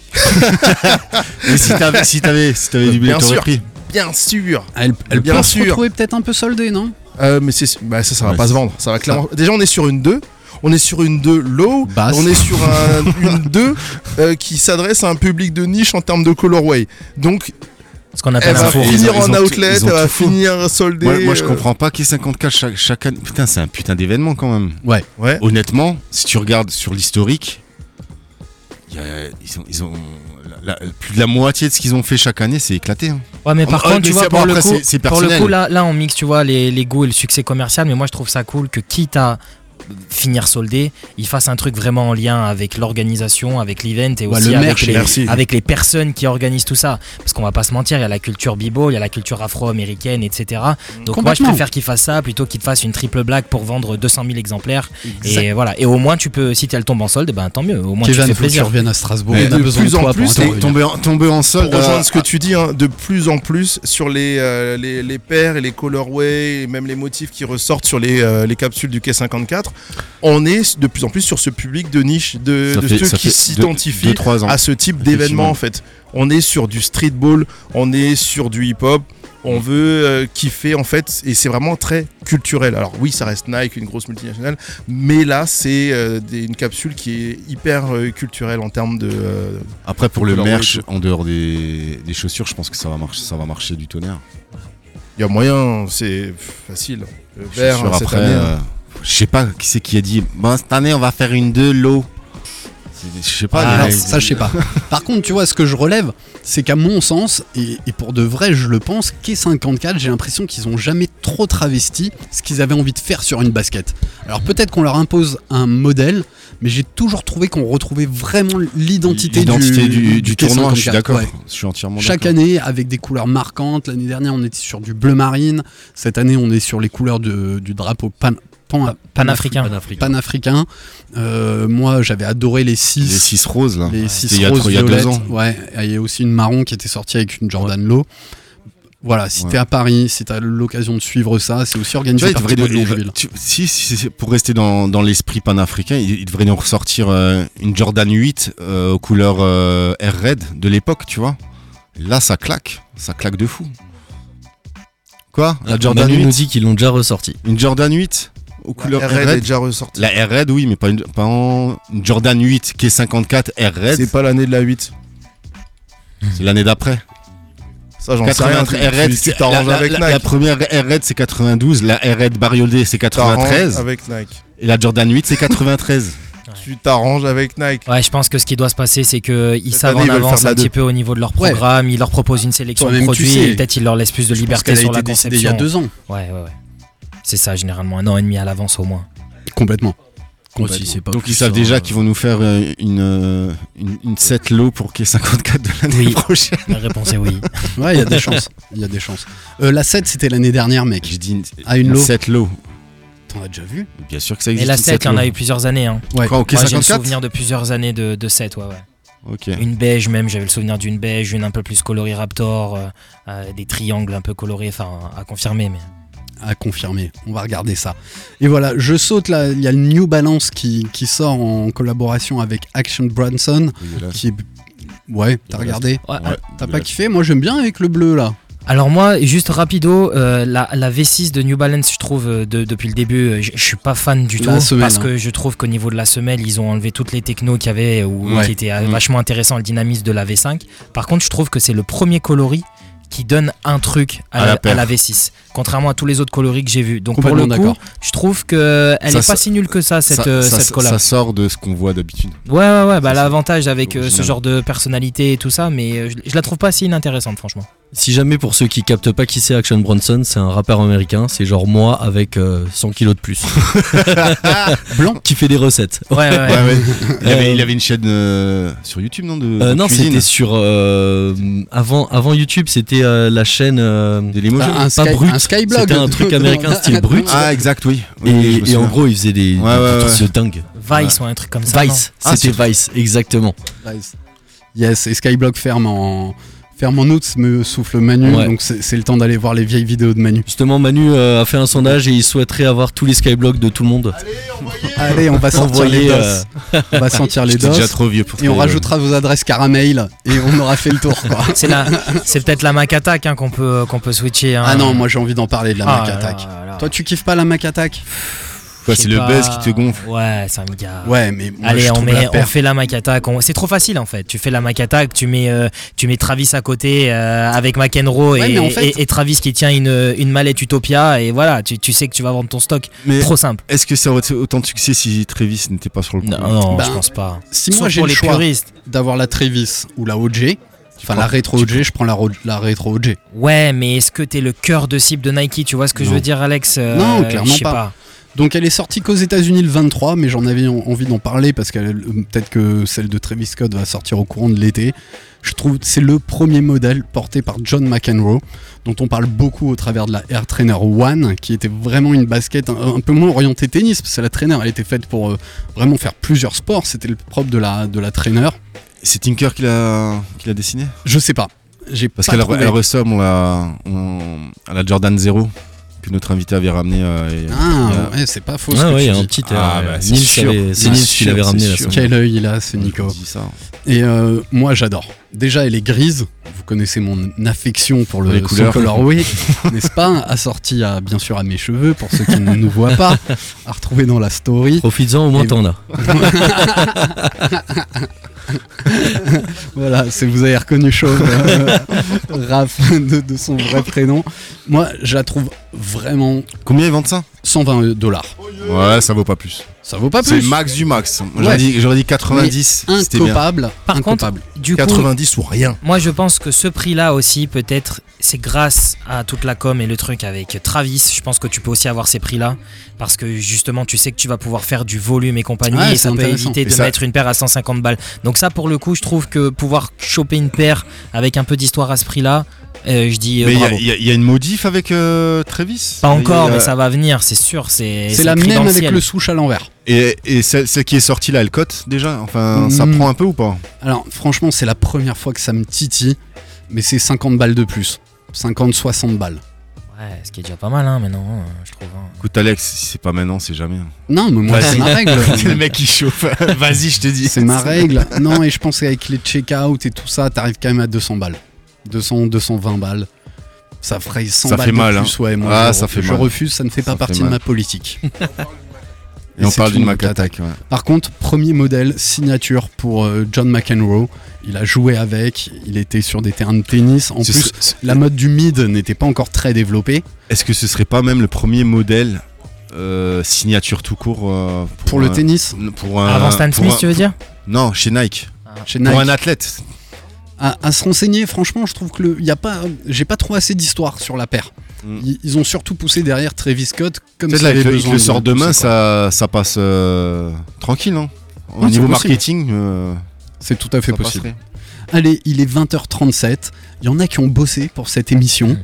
S10: Et si t'avais si t'avais-
S8: [laughs]
S10: si t'avais du blé,
S8: Bien
S10: t'aurais
S8: sûr.
S10: pris.
S8: Bien sûr.
S1: Elle, elle
S8: Bien
S1: peut se
S8: sûr.
S1: retrouver peut-être un peu soldée, non
S8: Euh, mais c'est, bah, ça, ça va
S10: Ouais,
S8: pas
S10: c'est-
S8: se vendre. Ça va clairement. Déjà, on est sur une 2. On est sur une 2 low.
S1: Basse.
S8: On est sur
S10: [laughs]
S8: un- une 2 euh, qui s'adresse à un public de niche en termes de colorway. Donc,
S7: Ce qu'on
S8: elle
S10: Eh
S7: appelle un
S8: va
S7: four.
S10: Ils
S8: finir
S10: ont- ils
S8: en
S10: ont tout-
S8: outlet,
S10: ils
S8: elle
S10: ont
S8: va
S10: tout faux.
S8: finir soldée.
S10: Moi, moi, je
S8: euh,
S10: comprends pas qu'il y ait 50K chaque, chaque année. Putain, c'est un putain d'événement quand même.
S1: Ouais.
S8: Ouais.
S10: Honnêtement, si tu regardes sur l'historique, il y a- ils ont, ils ont- la- la- plus de la moitié de ce qu'ils ont fait chaque année, c'est éclaté. hein.
S7: Ouais, mais par
S10: Ah,
S7: contre,
S10: mais
S7: tu vois,
S10: c'est-
S7: pour
S10: bon,
S7: le,
S10: après,
S7: coup,
S10: c'est- c'est
S7: pour le
S10: personnel.
S7: coup, là, là, on mixe, tu vois, les, les goûts et le succès commercial, mais moi, je trouve ça cool que, quitte à
S17: finir soldé, ils fassent un truc vraiment en lien avec l'organisation, avec l'event et
S1: Ouais,
S17: aussi
S1: le
S17: avec,
S1: merch, merci.
S17: les, avec les personnes qui organisent tout ça. Parce qu'on va pas se mentir, il y a la culture bibo, il y a la culture afro-américaine, etc. Donc moi je
S1: Complètement.
S17: préfère qu'ils fassent ça plutôt qu'ils te fassent une triple blague pour vendre 200 000 exemplaires.
S1: Exact.
S17: Et voilà. Et au moins tu peux, si elle tombe en solde, ben tant mieux. Au moins
S1: Kevin, faut
S17: tu fais
S1: que
S17: plaisir.
S1: tu reviennes à Strasbourg.
S8: Mais
S1: on a
S8: de
S1: besoin
S8: plus
S1: de toi
S8: en
S1: pour
S8: plus,
S1: intervenir.
S10: en solde,
S8: Pour rejoindre
S10: euh,
S8: ce que tu dis, hein, de plus en plus sur les, euh, les, les paires et les colorways, et même les motifs qui ressortent sur les, euh, les capsules du K54, on est de plus en plus sur ce public de niche, de,
S10: Ça
S8: de
S10: fait-
S8: ceux
S10: ça
S8: qui
S10: fait deux-
S8: s'identifient
S10: deux, trois ans.
S8: à ce type
S10: Effectivement.
S8: d'événement en fait. On est sur du streetball, on est sur du hip-hop.
S9: Mm.
S8: On veut euh, kiffer en fait, et c'est vraiment très culturel. Alors oui, ça reste Nike, une grosse multinationale, mais là c'est euh, des- une capsule qui est hyper euh, culturelle en termes de. euh,
S10: Après, pour
S8: de
S10: le
S8: colorway et
S10: merch,
S8: tout.
S10: en dehors des, des chaussures, je pense que ça va marcher, ça va marcher du tonnerre.
S8: Il y a moyen, c'est facile. Le
S10: Je suis
S8: vert, hein,
S10: sûr,
S8: cette
S10: après,
S8: année.
S10: euh, je sais pas qui c'est qui a dit bon, cette année on va faire une de l'eau. C'est- Je sais pas.
S1: Ah,
S10: les
S1: alors,
S10: mecs.
S1: ça, je
S10: [laughs]
S1: sais pas. Par contre, tu vois, ce que je relève, c'est qu'à mon sens, et, et pour de vrai, je le pense, K54, j'ai l'impression qu'ils ont jamais trop travesti ce qu'ils avaient envie de faire sur une basket. Alors
S10: Mm.
S1: peut-être qu'on leur impose un modèle, mais j'ai toujours trouvé qu'on retrouvait vraiment l'identité du,
S10: L'identité du, du
S1: K54.
S10: tournoi, je suis d'accord.
S1: Ouais.
S10: Je suis entièrement
S1: Chaque
S10: d'accord.
S1: année, avec des couleurs marquantes. L'année dernière, on était sur du bleu marine. Cette année, on est sur les couleurs de- du drapeau pan- pan-
S17: panafricain.
S1: panafricain. Panafricain. Euh, moi, j'avais adoré les 6.
S10: Les six roses, là.
S1: Les
S10: Ouais.
S1: 6
S10: Ah, bah, C'était il y a
S1: roses.
S10: trois- il y a deux
S1: violettes.
S10: ans.
S1: Ouais. Et Il y a aussi une marron qui était sortie avec une Jordan Low. Voilà, si
S10: Ouais.
S1: t'es à Paris, si t'as l'occasion de suivre ça, c'est aussi
S10: Tu vois,
S1: organisé
S10: il
S1: par
S10: devrait
S1: Thibaut
S10: nous-
S1: de Longueville.
S10: tu- si, si, si, si, pour rester dans, dans l'esprit panafricain, il, il devrait nous ressortir euh, une Jordan 8 euh, aux couleurs euh, Air Red de l'époque, tu vois. Là, ça claque, ça claque de fou. Quoi La Jordan
S9: Manu
S10: 8
S9: nous dit qu'ils l'ont déjà ressorti.
S10: Une Jordan 8 aux couleurs
S8: Air
S10: Air
S8: Red
S10: Red
S8: est déjà ressortie.
S10: La Air Red, oui, mais pas une, pas en- une Jordan 8 qui est 54 Air Red.
S8: C'est pas l'année de la 8.
S10: C'est l'année d'après.
S8: Ça, j'en sais rien.
S10: 84 Air Red,
S8: Tu- tu
S10: c'est-
S8: t'arranges
S10: la, la-
S8: avec
S10: la-
S8: Nike.
S10: la première Air Red c'est 92, la Air Red Barioldé c'est
S8: T'arranges
S10: 93.
S8: avec Nike.
S10: Et la Jordan 8 c'est 93.
S8: [laughs] Tu t'arranges avec Nike.
S17: Ouais, je pense que ce qui doit se passer, c'est qu'ils
S8: Cette
S17: savent
S8: année,
S17: en
S8: ils veulent
S17: avance
S8: faire de la
S17: un petit
S8: deux.
S17: peu au niveau de leur
S8: Ouais.
S17: programme, ils leur proposent une sélection de
S1: Toi-même, tu
S17: produits
S1: sais.
S17: et peut-être ils leur laissent plus de
S1: Je pense
S17: liberté
S1: qu'elle a
S17: sur
S1: été
S17: la
S1: décidée
S17: conception.
S1: il y a deux ans.
S17: Ouais, ouais, ouais. C'est ça, généralement, un an et demi à l'avance au moins.
S1: Complètement.
S17: Complètement. Si, c'est pas
S10: Donc
S17: plus,
S10: ils savent
S17: hein,
S10: déjà qu'ils vont nous faire euh, une, euh, une, une 7 low pour qu'il y ait 54 de l'année prochaine.
S17: La réponse est oui.
S1: Ouais, il y
S10: [laughs]
S1: a des chances. Il y a des chances. Euh, la 7, c'était l'année dernière, mec.
S10: J'ai dit
S1: à une
S10: une
S1: lot.
S10: 7 low.
S1: T'en as déjà vu
S10: Bien sûr que ça
S17: Ah, Mais
S10: existe.
S17: la
S10: une
S17: 7, il y en
S10: low.
S17: a eu plusieurs années. Hein.
S10: Ouais. Quoi,
S17: Moi,
S10: au
S17: j'ai le
S10: 54?
S17: souvenir de plusieurs années de, de 7, ouais, ouais.
S10: Ok.
S17: Une beige même, j'avais le souvenir d'une beige, une un peu plus colorée Raptor, euh, euh, des triangles un peu colorés, enfin à confirmer. Mais...
S1: à confirmer. On va regarder ça. Et voilà, je saute là. Il y a le New Balance qui, qui sort en collaboration avec Action Branson.
S10: Dégueulasse.
S1: Qui est... Ouais, t'as regardé
S17: Ouais.
S1: T'as pas kiffé Moi j'aime bien avec le bleu là.
S17: Alors moi, juste rapido, euh, la, la V6 de New Balance, je trouve, euh, de- depuis le début, euh, je je suis pas fan du tout.
S1: La semelle,
S17: parce
S1: hein.
S17: que je trouve qu'au niveau de la semelle, ils ont enlevé toutes les technos qu'il y avait, ou
S1: Ouais.
S17: qui étaient
S10: Mm.
S17: euh, vachement intéressant le dynamisme de la V5. Par contre, je trouve que c'est le premier coloris qui donne un truc à,
S10: À la
S17: la,
S10: paire.
S17: à la V6, contrairement à tous les autres coloris que j'ai vus. Donc pour
S10: Complètement
S17: le coup,
S10: d'accord.
S17: je trouve que elle
S10: Ça
S17: est pas
S10: so-
S17: si nulle que ça, cette, euh, cette collab.
S10: Ça sort de ce qu'on voit d'habitude.
S17: Ouais, ouais, ouais, bah l'avantage avec euh, ce
S10: original.
S17: genre de personnalité et tout ça, mais euh, je, je la trouve pas si inintéressante, franchement.
S9: Si jamais pour ceux qui captent pas qui c'est Action Bronson, c'est un rappeur américain, c'est genre moi avec euh, 100 kilos de plus.
S1: [laughs] Blanc
S9: Qui fait des recettes.
S10: [laughs] Il, avait,
S9: Euh,
S10: il avait une chaîne euh, sur YouTube, non de,
S9: Euh,
S10: de
S9: non,
S10: cuisine.
S9: c'était sur euh, avant avant YouTube, c'était euh, la chaîne euh,
S10: Limoges.
S9: pas,
S10: Un Sky-
S9: brut,
S10: un Skyblog.
S9: c'était un truc
S1: [laughs]
S9: américain style brut.
S10: Ah, exact, oui. Oui, oui, je me
S9: Et, et en
S10: souviens.
S9: gros, ils faisaient des,
S10: Ouais, ouais,
S9: des
S10: ouais. Ah,
S9: trucs de dingue.
S17: Vice ou un truc comme ça.
S9: Vice,
S17: non
S9: c'était Vice, exactement.
S1: Yes, et Skyblock ferme en, ferme en août, me souffle Manu.
S9: Ouais.
S1: Donc c'est c'est le temps d'aller voir les vieilles vidéos de Manu.
S9: Justement, Manu euh, a fait un sondage et il souhaiterait avoir tous les skyblocks de tout le monde.
S10: Ah,
S1: Allez, on va sentir les
S9: Envoyez,
S1: dos.
S9: euh,
S1: On va
S9: [laughs]
S1: sentir les
S9: J'étais
S1: dos.
S9: déjà trop vieux pour
S1: et on
S10: euh,
S9: Skyblock.
S1: rajoutera vos adresses caramel et on aura fait le tour. quoi.
S17: C'est la- c'est peut-être la Mac Attack hein, qu'on peut, qu'on peut switcher. hein.
S1: Ah non, moi j'ai envie d'en parler de la
S17: Ah
S1: Mac
S17: là
S1: Attack. Toi, tu kiffes pas la Mac Attack
S10: Quoi,
S17: Je
S10: c'est
S17: sais
S10: le
S17: pas.
S10: buzz qui te gonfle.
S17: Ouais, ça me gare.
S1: Ouais, mais moi,
S17: Allez,
S1: je
S17: on,
S1: trouve
S17: met,
S1: la
S17: on
S1: perf.
S17: fait la Mac Attack. on- C'est trop facile en fait. Tu fais la Mac Attack, tu mets, euh, tu mets Travis à côté euh, avec McEnroe
S1: Ouais,
S17: et,
S1: mais en fait-
S17: et- et Travis qui tient une, une mallette Utopia. Et voilà, tu, tu sais que tu vas vendre ton stock. trop simple.
S10: Est-ce que ça aurait été autant de succès si Travis n'était pas sur le coup
S17: non,
S1: Ben,
S17: je pense pas.
S1: Si
S17: Sauf
S1: moi j'ai
S17: pour
S1: le
S17: les
S1: choix
S17: puristes.
S1: d'avoir la Trevis ou la OG, enfin
S17: prends-
S1: la rétro OG, je prends la, ro- la rétro OG.
S17: Ouais, mais est-ce que t'es le cœur de cible de Nike Tu vois ce que je
S1: Non.
S17: veux dire, Alex Euh,
S1: non, clairement
S17: je sais
S1: pas. Donc elle est sortie qu'aux États-Unis le 23, mais j'en avais en- envie d'en parler parce que peut-être que celle de Travis Scott va sortir au courant de l'été. Je trouve que c'est le premier modèle porté par John McEnroe, dont on parle beaucoup au travers de la Air Trainer One, qui était vraiment une basket un, un peu moins orientée tennis, parce que la trainer elle était faite pour euh, vraiment faire plusieurs sports, c'était le propre de la, de la trainer.
S10: C'est Tinker qui l'a qui l'a dessiné
S1: Je sais pas. J'ai
S10: Parce
S1: pas
S10: qu'elle
S1: trouvé.
S10: elle ressemble à, on- à la Jordan Zero que notre invité avait ramené. euh,
S1: Ah, ouais, c'est pas faux. ce que tu dis.
S9: euh,
S1: bah, Quel œil il a, ce Nico. Et euh, moi, j'adore. Déjà, elle est grise. Vous connaissez mon affection pour le
S10: Les
S1: son
S10: couleurs. [laughs]
S1: colorway, n'est-ce pas Assorti à, bien sûr à mes cheveux, pour ceux qui ne nous voient pas, à retrouver dans la story.
S9: Profites-en, au moins
S1: Et-
S9: t'en as.
S1: voilà, c'est vous avez reconnu Chauve,
S10: [laughs]
S1: euh, Raph de, de son vrai prénom. Moi, je la trouve vraiment.
S10: Combien ils vendent ça
S1: 120 dollars.
S10: Ouais, ça vaut pas plus.
S1: Ça vaut pas
S10: C'est
S1: plus.
S10: max du max. J'aurais dit- j'aurais dit 90,
S1: Mais
S10: c'était bien.
S1: Incopable.
S10: Par contre,
S1: incopable.
S17: Du coup,
S1: Moi,
S17: Moi, je pense que ce prix-là aussi, peut-être, c'est grâce à toute la com et le truc avec Travis. Je pense que tu peux aussi avoir ces prix-là parce que justement, tu sais que tu vas pouvoir faire du volume et compagnie
S1: Ouais,
S17: et ça
S1: c'est
S17: peut
S1: intéressant.
S17: éviter
S1: Et
S17: de
S1: ça-
S17: mettre une paire à 150 balles. Donc ça, pour le coup, je trouve que pouvoir choper une paire avec un peu d'histoire à ce prix-là, euh, je dis euh,
S10: Mais il y a-
S17: bravo.
S10: il y, a- il y a une modif avec euh, Travis euh,
S17: Pas
S10: Il y a-
S17: encore, mais ça va venir, c'est sûr. C'est
S1: C'est
S17: c'est
S1: la
S17: écrit dans
S1: même avec
S17: ciel.
S1: le souche à l'envers.
S10: Et, et celle, celle qui est sortie là, elle cote déjà Enfin, ça
S1: Hmm.
S10: prend un peu ou pas
S1: Alors, franchement, c'est la première fois que ça me titille, mais c'est 50 balles de plus. 50, 60 balles.
S17: Ouais, ce qui est déjà pas mal hein, maintenant, hein, je trouve. hein.
S10: Écoute, Alex, si c'est pas maintenant, c'est jamais. hein.
S1: Non, mais moi, [laughs] c'est
S10: [laughs] Vas-y.
S1: ma règle.
S10: C'est le mec qui chauffe. [laughs] Vas-y, je te dis.
S1: C'est ma règle. Non, et je pense qu'avec les check-out et tout ça, t'arrives quand même à 200 balles. 200, 220 balles. Ça ferait 100
S10: Ça
S1: balles
S10: fait
S1: de
S10: mal,
S1: plus,
S10: hein.
S1: ouais, moi,
S10: Ah,
S1: je,
S10: ça fait
S1: je
S10: mal.
S1: refuse, ça ne fait pas
S10: Ça fait
S1: partie de
S10: mal.
S1: ma
S10: [laughs]
S1: politique.
S10: Et, on
S1: c'est
S10: parle
S1: une
S10: d'une
S1: Mac
S10: Mac Attack, ouais.
S1: Par contre, premier modèle signature pour euh, John McEnroe. Il a joué avec, il était sur des terrains de tennis. En
S10: Ce
S1: plus,
S10: serait- ce-
S1: la mode du mid n'était pas encore très développée.
S10: Est-ce que ce serait pas même le premier modèle euh, signature tout court euh, pour,
S1: Pour le
S10: un-
S1: tennis
S10: pour un-
S1: Avant Stan
S10: Euh, pour
S1: Smith,
S10: un-
S1: tu veux dire
S10: Non, chez Nike.
S1: Chez
S10: pour
S1: Nike.
S10: un athlète.
S1: à, à se renseigner. Franchement, je trouve que le- y a pas, j'ai pas trop assez d'histoire sur la paire. Ils, ils ont surtout poussé derrière Travis Scott comme
S10: Mm. Peut-être
S1: s'il
S10: là,
S1: avait
S10: avec le,
S1: besoin
S10: le
S1: de
S10: sort
S1: pousser,
S10: demain,
S1: quoi.
S10: ça, ça passe euh, tranquille, non Au
S1: Ouais, c'est
S10: niveau
S1: possible.
S10: marketing, euh,
S1: C'est tout à fait
S10: ça
S1: possible.
S10: passerait.
S1: Allez, il est 20h37. Il y en a qui ont bossé pour cette émission.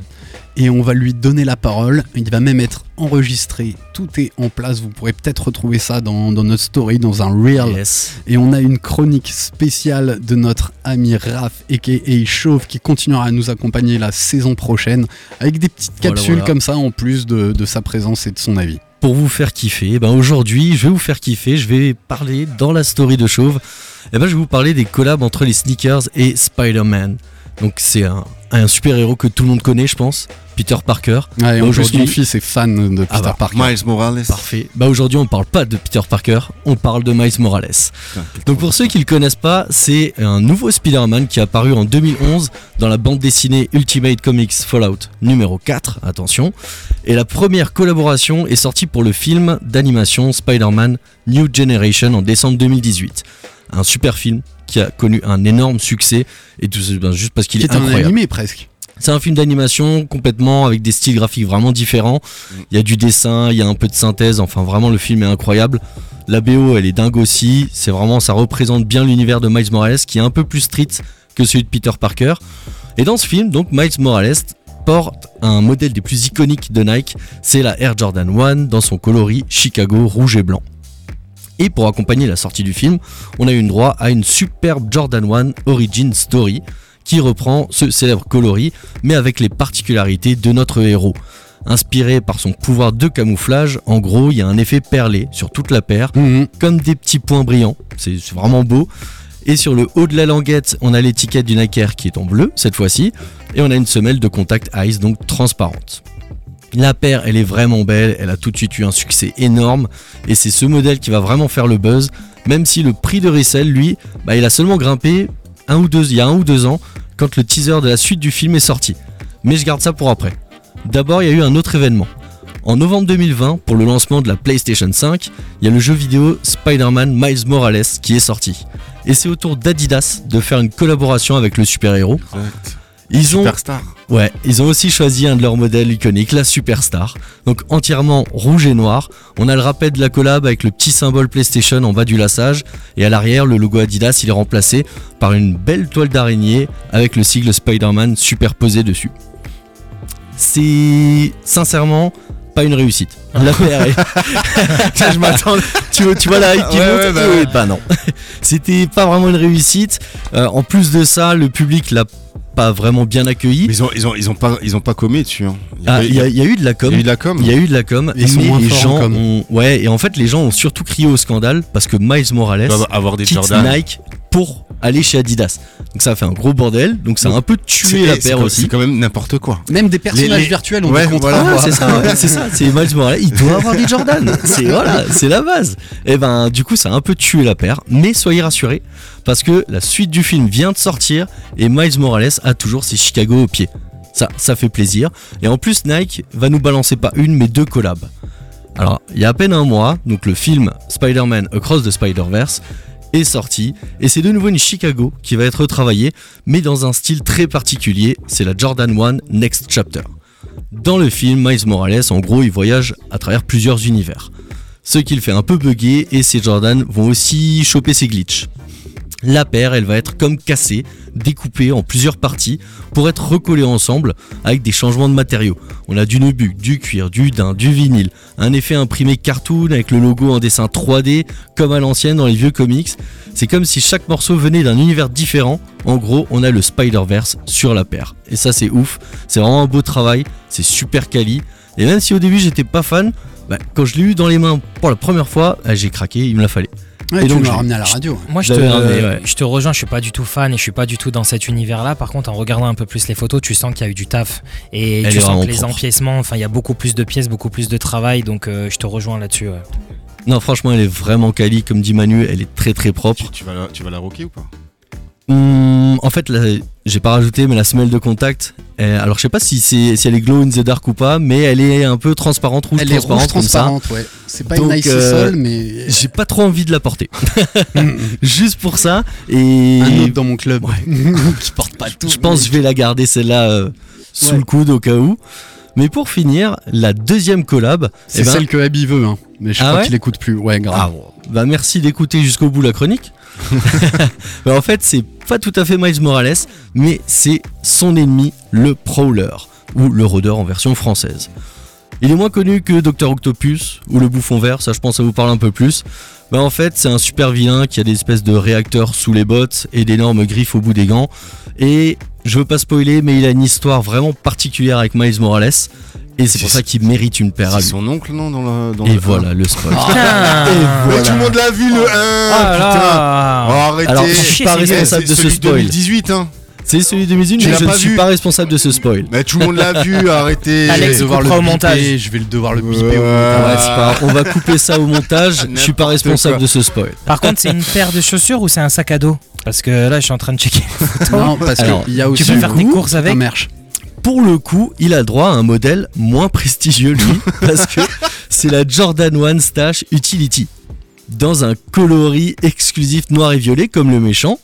S1: Et on va lui donner la parole. Il va même être enregistré. Tout est en place. Vous pourrez peut-être retrouver ça dans, dans notre story, dans un reel. Et on a une chronique spéciale de notre ami Raph, a.k.a. Chauve, qui continuera à nous accompagner la saison prochaine. Avec des petites
S9: Voilà,
S1: capsules
S9: voilà.
S1: comme ça, en plus de- de sa présence et de son avis.
S9: Pour vous faire kiffer, eh ben aujourd'hui, je vais vous faire kiffer. Je vais parler dans la story de Chauve. Et ben, je vais vous parler des collabs entre les sneakers et Spider-Man. Donc, c'est un, un super-héros que tout le monde connaît, je pense. Peter Parker.
S1: Ouais, et
S9: Bah,
S1: en plus, mon fils est fan de Peter
S9: Ah bah,
S1: Parker.
S10: Miles Morales.
S9: Parfait. Bah aujourd'hui on parle pas de Peter Parker, on parle de Miles Morales. Donc pour ceux qui le connaissent pas, c'est un nouveau Spider-Man qui est apparu en 2011 dans la bande dessinée Ultimate Comics Fallout numéro 4, attention. Et la première collaboration est sortie pour le film d'animation Spider-Man New Generation en décembre 2018. Un super film qui a connu un énorme succès et tout ça, ben, juste parce qu'il
S1: Qui
S9: est,
S1: est un
S9: incroyable.
S1: animé, presque.
S9: C'est un film d'animation complètement avec des styles graphiques vraiment différents. Il y a du dessin, il y a un peu de synthèse, enfin vraiment le film est incroyable. La BO elle est dingue aussi, c'est vraiment ça représente bien l'univers de Miles Morales qui est un peu plus street que celui de Peter Parker. Et dans ce film, donc Miles Morales porte un modèle des plus iconiques de Nike, c'est la Air Jordan 1 dans son coloris Chicago rouge et blanc. Et pour accompagner la sortie du film, on a eu droit à une superbe Jordan 1 Origin Story qui reprend ce célèbre coloris, mais avec les particularités de notre héros. Inspiré par son pouvoir de camouflage, en gros, il y a un effet perlé sur toute la paire, comme des petits points brillants. C'est c'est vraiment beau. Et sur le haut de la languette, on a l'étiquette du Nike Air qui est en bleu cette fois-ci, et on a une semelle de contact ice donc transparente. La paire, elle est vraiment belle, elle a tout de suite eu un succès énorme, et c'est ce modèle qui va vraiment faire le buzz, même si le prix de resell, lui, bah, il a seulement grimpé un ou deux, il y a un ou deux ans, quand le teaser de la suite du film est sorti. Mais je garde ça pour après. D'abord, il y a eu un autre événement. En novembre 2020, pour le lancement de la PlayStation 5, il y a le jeu vidéo Spider-Man Miles Morales qui est sorti. Et c'est au tour d'Adidas de faire une collaboration avec le super-héros. Ils ont,
S10: Superstar.
S9: Ouais, ils ont aussi choisi un de leurs modèles iconiques, la Superstar. Donc entièrement rouge et noir. On a le rappel de la collab avec le petit symbole PlayStation en bas du laçage. Et à l'arrière, le logo Adidas, il est remplacé par une belle toile d'araignée avec le sigle Spider-Man superposé dessus. C'est sincèrement pas une réussite. La PR est- Tiens, Ah. [laughs] je m'attends. Tu, vois- tu vois la hype qui
S10: Ouais,
S9: monte
S10: ouais, bah
S9: Oui,
S10: ouais.
S9: bah non. [laughs] C'était pas vraiment une réussite. Euh, en plus de ça, le public l'a pas vraiment bien accueilli.
S10: Ils ont, ils ont, ils ont pas, ils ont pas commé dessus. hein.
S9: Ah, Il y, a- il y a eu de la com.
S10: Il y a eu de la com.
S9: Il y a eu de la com.
S10: Ils sont
S9: mais
S10: moins
S9: les
S10: forts en
S9: gens
S10: com.
S9: ont- ouais, et en fait, les gens ont surtout crié au scandale parce que Miles Morales
S10: Doivent avoir des
S9: quitte
S10: Jordan.
S9: Nike pour aller chez Adidas. Donc ça a fait un gros bordel. Donc ça a
S10: Donc,
S9: un peu tué
S10: c'est-
S9: la
S10: c'est
S9: paire
S10: quand-
S9: aussi.
S10: c'est quand même n'importe quoi.
S1: Même des personnages virtuels ont
S9: ouais,
S1: des contrats. Ah,
S9: voilà,
S1: quoi.
S9: ouais, c'est ça, ouais, c'est ça, c'est Miles Morales, il doit avoir des Jordan. C'est voilà, c'est la base. Et ben du coup, ça a un peu tué la paire, mais soyez rassurés parce que la suite du film vient de sortir et Miles Morales a toujours ses Chicago au pied. Ça ça fait plaisir et en plus Nike va nous balancer pas une mais deux collabs. Alors, il y a à peine un mois, donc le film Spider-Man Across the Spider-Verse est sorti et c'est de nouveau une Chicago qui va être retravaillée mais dans un style très particulier, c'est la Jordan 1 Next Chapter. Dans le film, Miles Morales, en gros, il voyage à travers plusieurs univers. Ce qui le fait un peu bugger et ses Jordan vont aussi choper ses glitches. La paire, elle va être comme cassée, découpée en plusieurs parties pour être recollée ensemble avec des changements de matériaux. On a du nubuck, du cuir, du daim, du vinyle, un effet imprimé cartoon avec le logo en dessin 3D comme à l'ancienne dans les vieux comics. C'est comme si chaque morceau venait d'un univers différent. En gros, on a le Spider-Verse sur la paire. Et ça, c'est ouf. C'est vraiment un beau travail. C'est super quali. Et même si au début, j'étais pas fan, bah, quand je l'ai eu dans les mains pour la première fois, ah, j'ai craqué. Il me l'a fallait.
S1: Ouais, tu me
S9: je
S1: l'as
S9: l'ai-
S1: ramené à la radio.
S9: Moi,
S17: Moi, je te, euh,
S9: l'avais ramené, euh, ouais.
S17: je te rejoins, je suis pas du tout fan et je suis pas du tout dans cet univers-là. Par contre, en regardant un peu plus les photos, tu sens qu'il y a eu du taf. Et
S9: Elle est
S17: tu
S9: vraiment
S17: sens que les
S9: propre.
S17: empiècements, enfin, il y a beaucoup plus de pièces, beaucoup plus de travail. Donc, euh, je te rejoins là-dessus. ouais.
S9: Non, franchement, elle est vraiment quali. Comme dit Manu, elle est très très propre.
S10: Tu vas la, tu vas la rocker ou pas
S9: Hum, en fait, là, j'ai pas rajouté, mais la semelle de contact. euh, alors, je sais pas si, c'est- si elle est glow in the dark ou pas, mais elle est un peu transparente, rouge
S1: Elle est
S9: transparente,
S1: rouge
S9: comme ça.
S1: transparente, ouais. C'est pas une
S9: Donc,
S1: Icy
S9: euh,
S1: Soul, mais.
S9: J'ai pas trop envie de la porter.
S1: [laughs]
S9: Juste pour ça. Et
S1: Un autre dans mon club. [laughs] qui porte pas tout.
S9: Je pense que je vais la garder celle-là euh, sous
S1: Ouais.
S9: le coude au cas où. Mais pour finir, la deuxième collab,
S1: C'est
S9: eh ben-
S1: celle que Abby veut, hein. Mais je
S9: Ah
S1: crois
S9: ouais
S1: qu'il écoute plus. Ouais,
S9: Ah
S1: grave.
S9: bon. Bah merci d'écouter jusqu'au bout la [laughs] chronique. Bah, en fait, c'est pas tout à fait Miles Morales, mais c'est son ennemi, le Prowler, ou le rôdeur en version française. Il est moins connu que Docteur Octopus ou le Bouffon Vert, ça je pense ça vous parle un peu plus. Bah en fait, c'est un super vilain qui a des espèces de réacteurs sous les bottes et d'énormes griffes au bout des gants. Et je veux pas spoiler, mais il a une histoire vraiment particulière avec Miles Morales. Et c'est pour ça qu'il mérite une paire à lui.
S10: Son oncle, non, dans le. Dans
S9: Et
S10: le-
S9: voilà le spoil.
S10: Mais tout le monde l'a vu le 1
S9: Ah,
S17: Ah,
S9: là.
S10: putain. Oh, arrêtez.
S9: Ah. Alors, je suis pas
S10: Eh, c'est
S9: responsable de ce
S10: celui
S9: spoil.
S10: 2018 hein.
S9: C'est celui de 2018,
S10: Tu
S9: mais
S10: l'as
S9: je ne
S10: pas
S9: suis
S10: vu.
S9: pas responsable de ce spoil.
S10: Mais tout le monde l'a
S9: [laughs]
S10: vu, arrêtez.
S17: Alex,
S10: Je vais
S17: il coupera au montage.
S1: Et je vais le devoir le biper. au-
S9: Ouais, c'est pas- on va couper ça au montage. Je suis pas responsable
S17: quoi.
S9: de ce spoil.
S17: Par contre, c'est une paire de chaussures ou c'est un sac à dos Parce que là, je suis en train de checker. les photos.
S1: Non, parce
S9: Alors,
S1: qu'il y a aussi.
S17: tu peux faire des courses avec
S1: un merch.
S9: Pour le coup, il a droit à un modèle moins prestigieux, lui, parce que c'est la Jordan One Stash Utility. Dans un coloris exclusif noir et violet, comme le méchant.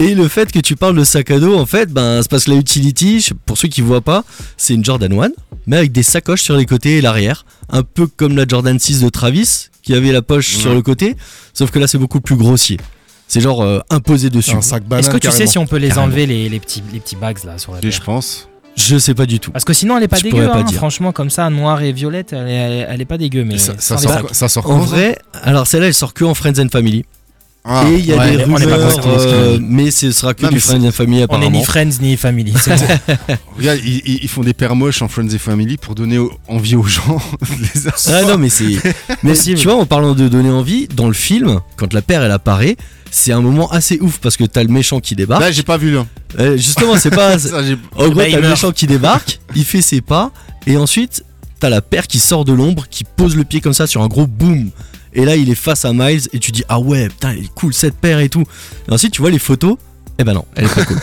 S9: Et le fait que tu parles de sac à dos, en fait, ben, c'est parce que la utility, je- pour ceux qui voient pas, c'est une Jordan 1, mais avec des sacoches sur les côtés et l'arrière. Un peu comme la Jordan 6 de Travis, qui avait la poche sur le côté, sauf que là, c'est beaucoup plus grossier. C'est genre euh, imposé dessus.
S8: Un sac banane,
S17: Est-ce que tu sais
S8: carrément.
S17: si on peut les
S9: Carrément.
S17: enlever, les, les petits, les petits bags là sur la
S10: Et
S17: paire
S10: je pense.
S9: Je sais pas du tout.
S17: Parce que sinon, elle est pas
S9: Je
S17: dégueu.
S9: pourrais pas
S17: hein.
S9: dire.
S17: Franchement, comme ça, noire et violette, elle est, elle est pas dégueu. Mais
S10: ça-
S17: sans
S10: ça
S17: les
S10: sort
S17: sacs.
S10: quoi- ça sort
S9: Ah, En vrai, alors celle-là, elle sort que en Friends and Family.
S10: Ah.
S9: et il y a
S17: Ouais,
S9: des
S17: on est pas
S9: rumeurs,
S17: concerné,
S9: euh,
S17: excuse-moi.
S9: mais ce sera que
S10: Non,
S9: du
S10: mais
S9: Friends
S10: c'est-
S9: and Family
S17: On est
S9: apparemment.
S17: ni friends ni
S9: [laughs]
S17: family. c'est bon.
S10: Regarde, ils, ils- ils font des paires moches en Friends et Family pour donner au- envie aux gens [laughs] de les
S9: Ah
S10: acheter.
S9: non mais c'est
S10: [laughs]
S9: mais tu vois en parlant de donner envie dans le film quand la paire elle apparaît c'est un moment assez ouf parce que t'as le méchant qui débarque
S10: Là, j'ai pas vu le
S9: Euh, justement c'est pas
S10: 1. [laughs] Ça, j'ai-
S9: en gros
S17: Bah, il
S9: t'as le
S17: meurt.
S9: méchant qui débarque il fait ses pas et ensuite t'as la paire qui sort de l'ombre qui pose le pied comme ça sur un gros boom et là il est face à Miles et tu dis ah ouais putain elle est cool cette paire et tout et ensuite tu vois les photos eh ben non, elle est
S10: [laughs]
S9: pas cool.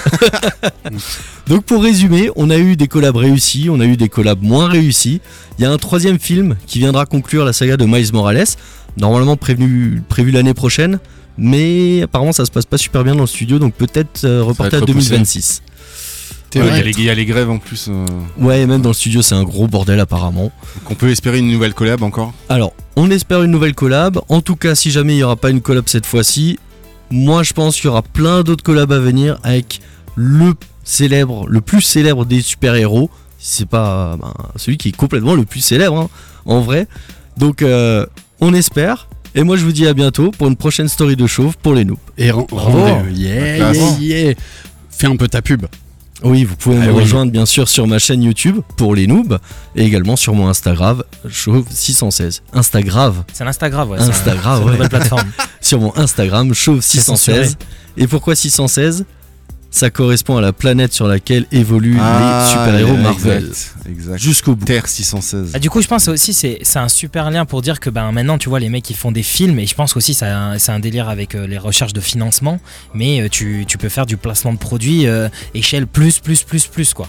S9: Donc pour résumer, on a eu des collabs réussis, on a eu des collabs moins réussis. Il y a un troisième film qui viendra conclure la saga de Miles Morales, normalement prévenu, prévu l'année prochaine, mais apparemment ça se passe pas super bien dans le studio, donc peut-être euh,
S10: va
S9: reporté
S10: être
S9: à
S10: repoussé.
S9: 2026.
S10: Ouais, Il y a les- il y, a les grèves en plus. euh,
S9: Ouais, même dans le studio, c'est un gros bordel apparemment.
S10: Qu'on peut espérer une nouvelle collab encore
S9: Alors, on espère une nouvelle collab. En tout cas, si jamais il n'y aura pas une collab cette fois-ci, moi je pense qu'il y aura plein d'autres collabs à venir avec le célèbre, le plus célèbre des super-héros. C'est pas euh, ben, celui qui est complètement le plus célèbre hein, en vrai. Donc, euh, on espère. Et moi je vous dis à bientôt pour une prochaine story de chauve pour les noobs.
S1: Et ren- rendez-vous. Yeah,
S9: La classe.
S1: yeah, yeah. Fais un peu ta pub.
S9: Oui, vous pouvez
S1: Ah
S9: me
S1: oui.
S9: rejoindre bien sûr sur ma chaîne YouTube pour les noobs et également sur mon Instagram chauve616. Instagram.
S17: C'est l'Instagram, ouais. c'est un-
S9: Instagram,
S17: c'est
S9: ouais.
S17: une nouvelle plateforme.
S9: sur mon Instagram
S17: censuré.
S9: chauve616. Et pourquoi 616 Ça correspond à la planète sur laquelle évoluent
S10: Ah,
S9: les super-héros
S10: exact,
S9: Marvel.
S10: exact.
S9: Jusqu'au bout.
S10: Terre 616.
S17: Ah, du coup, je pense aussi c'est c'est un super lien pour dire que ben maintenant tu vois les mecs ils font des films et je pense aussi ça a un- c'est un délire avec euh, les recherches de financement, mais euh, tu, tu peux faire du placement de produits euh, échelle plus plus plus plus quoi.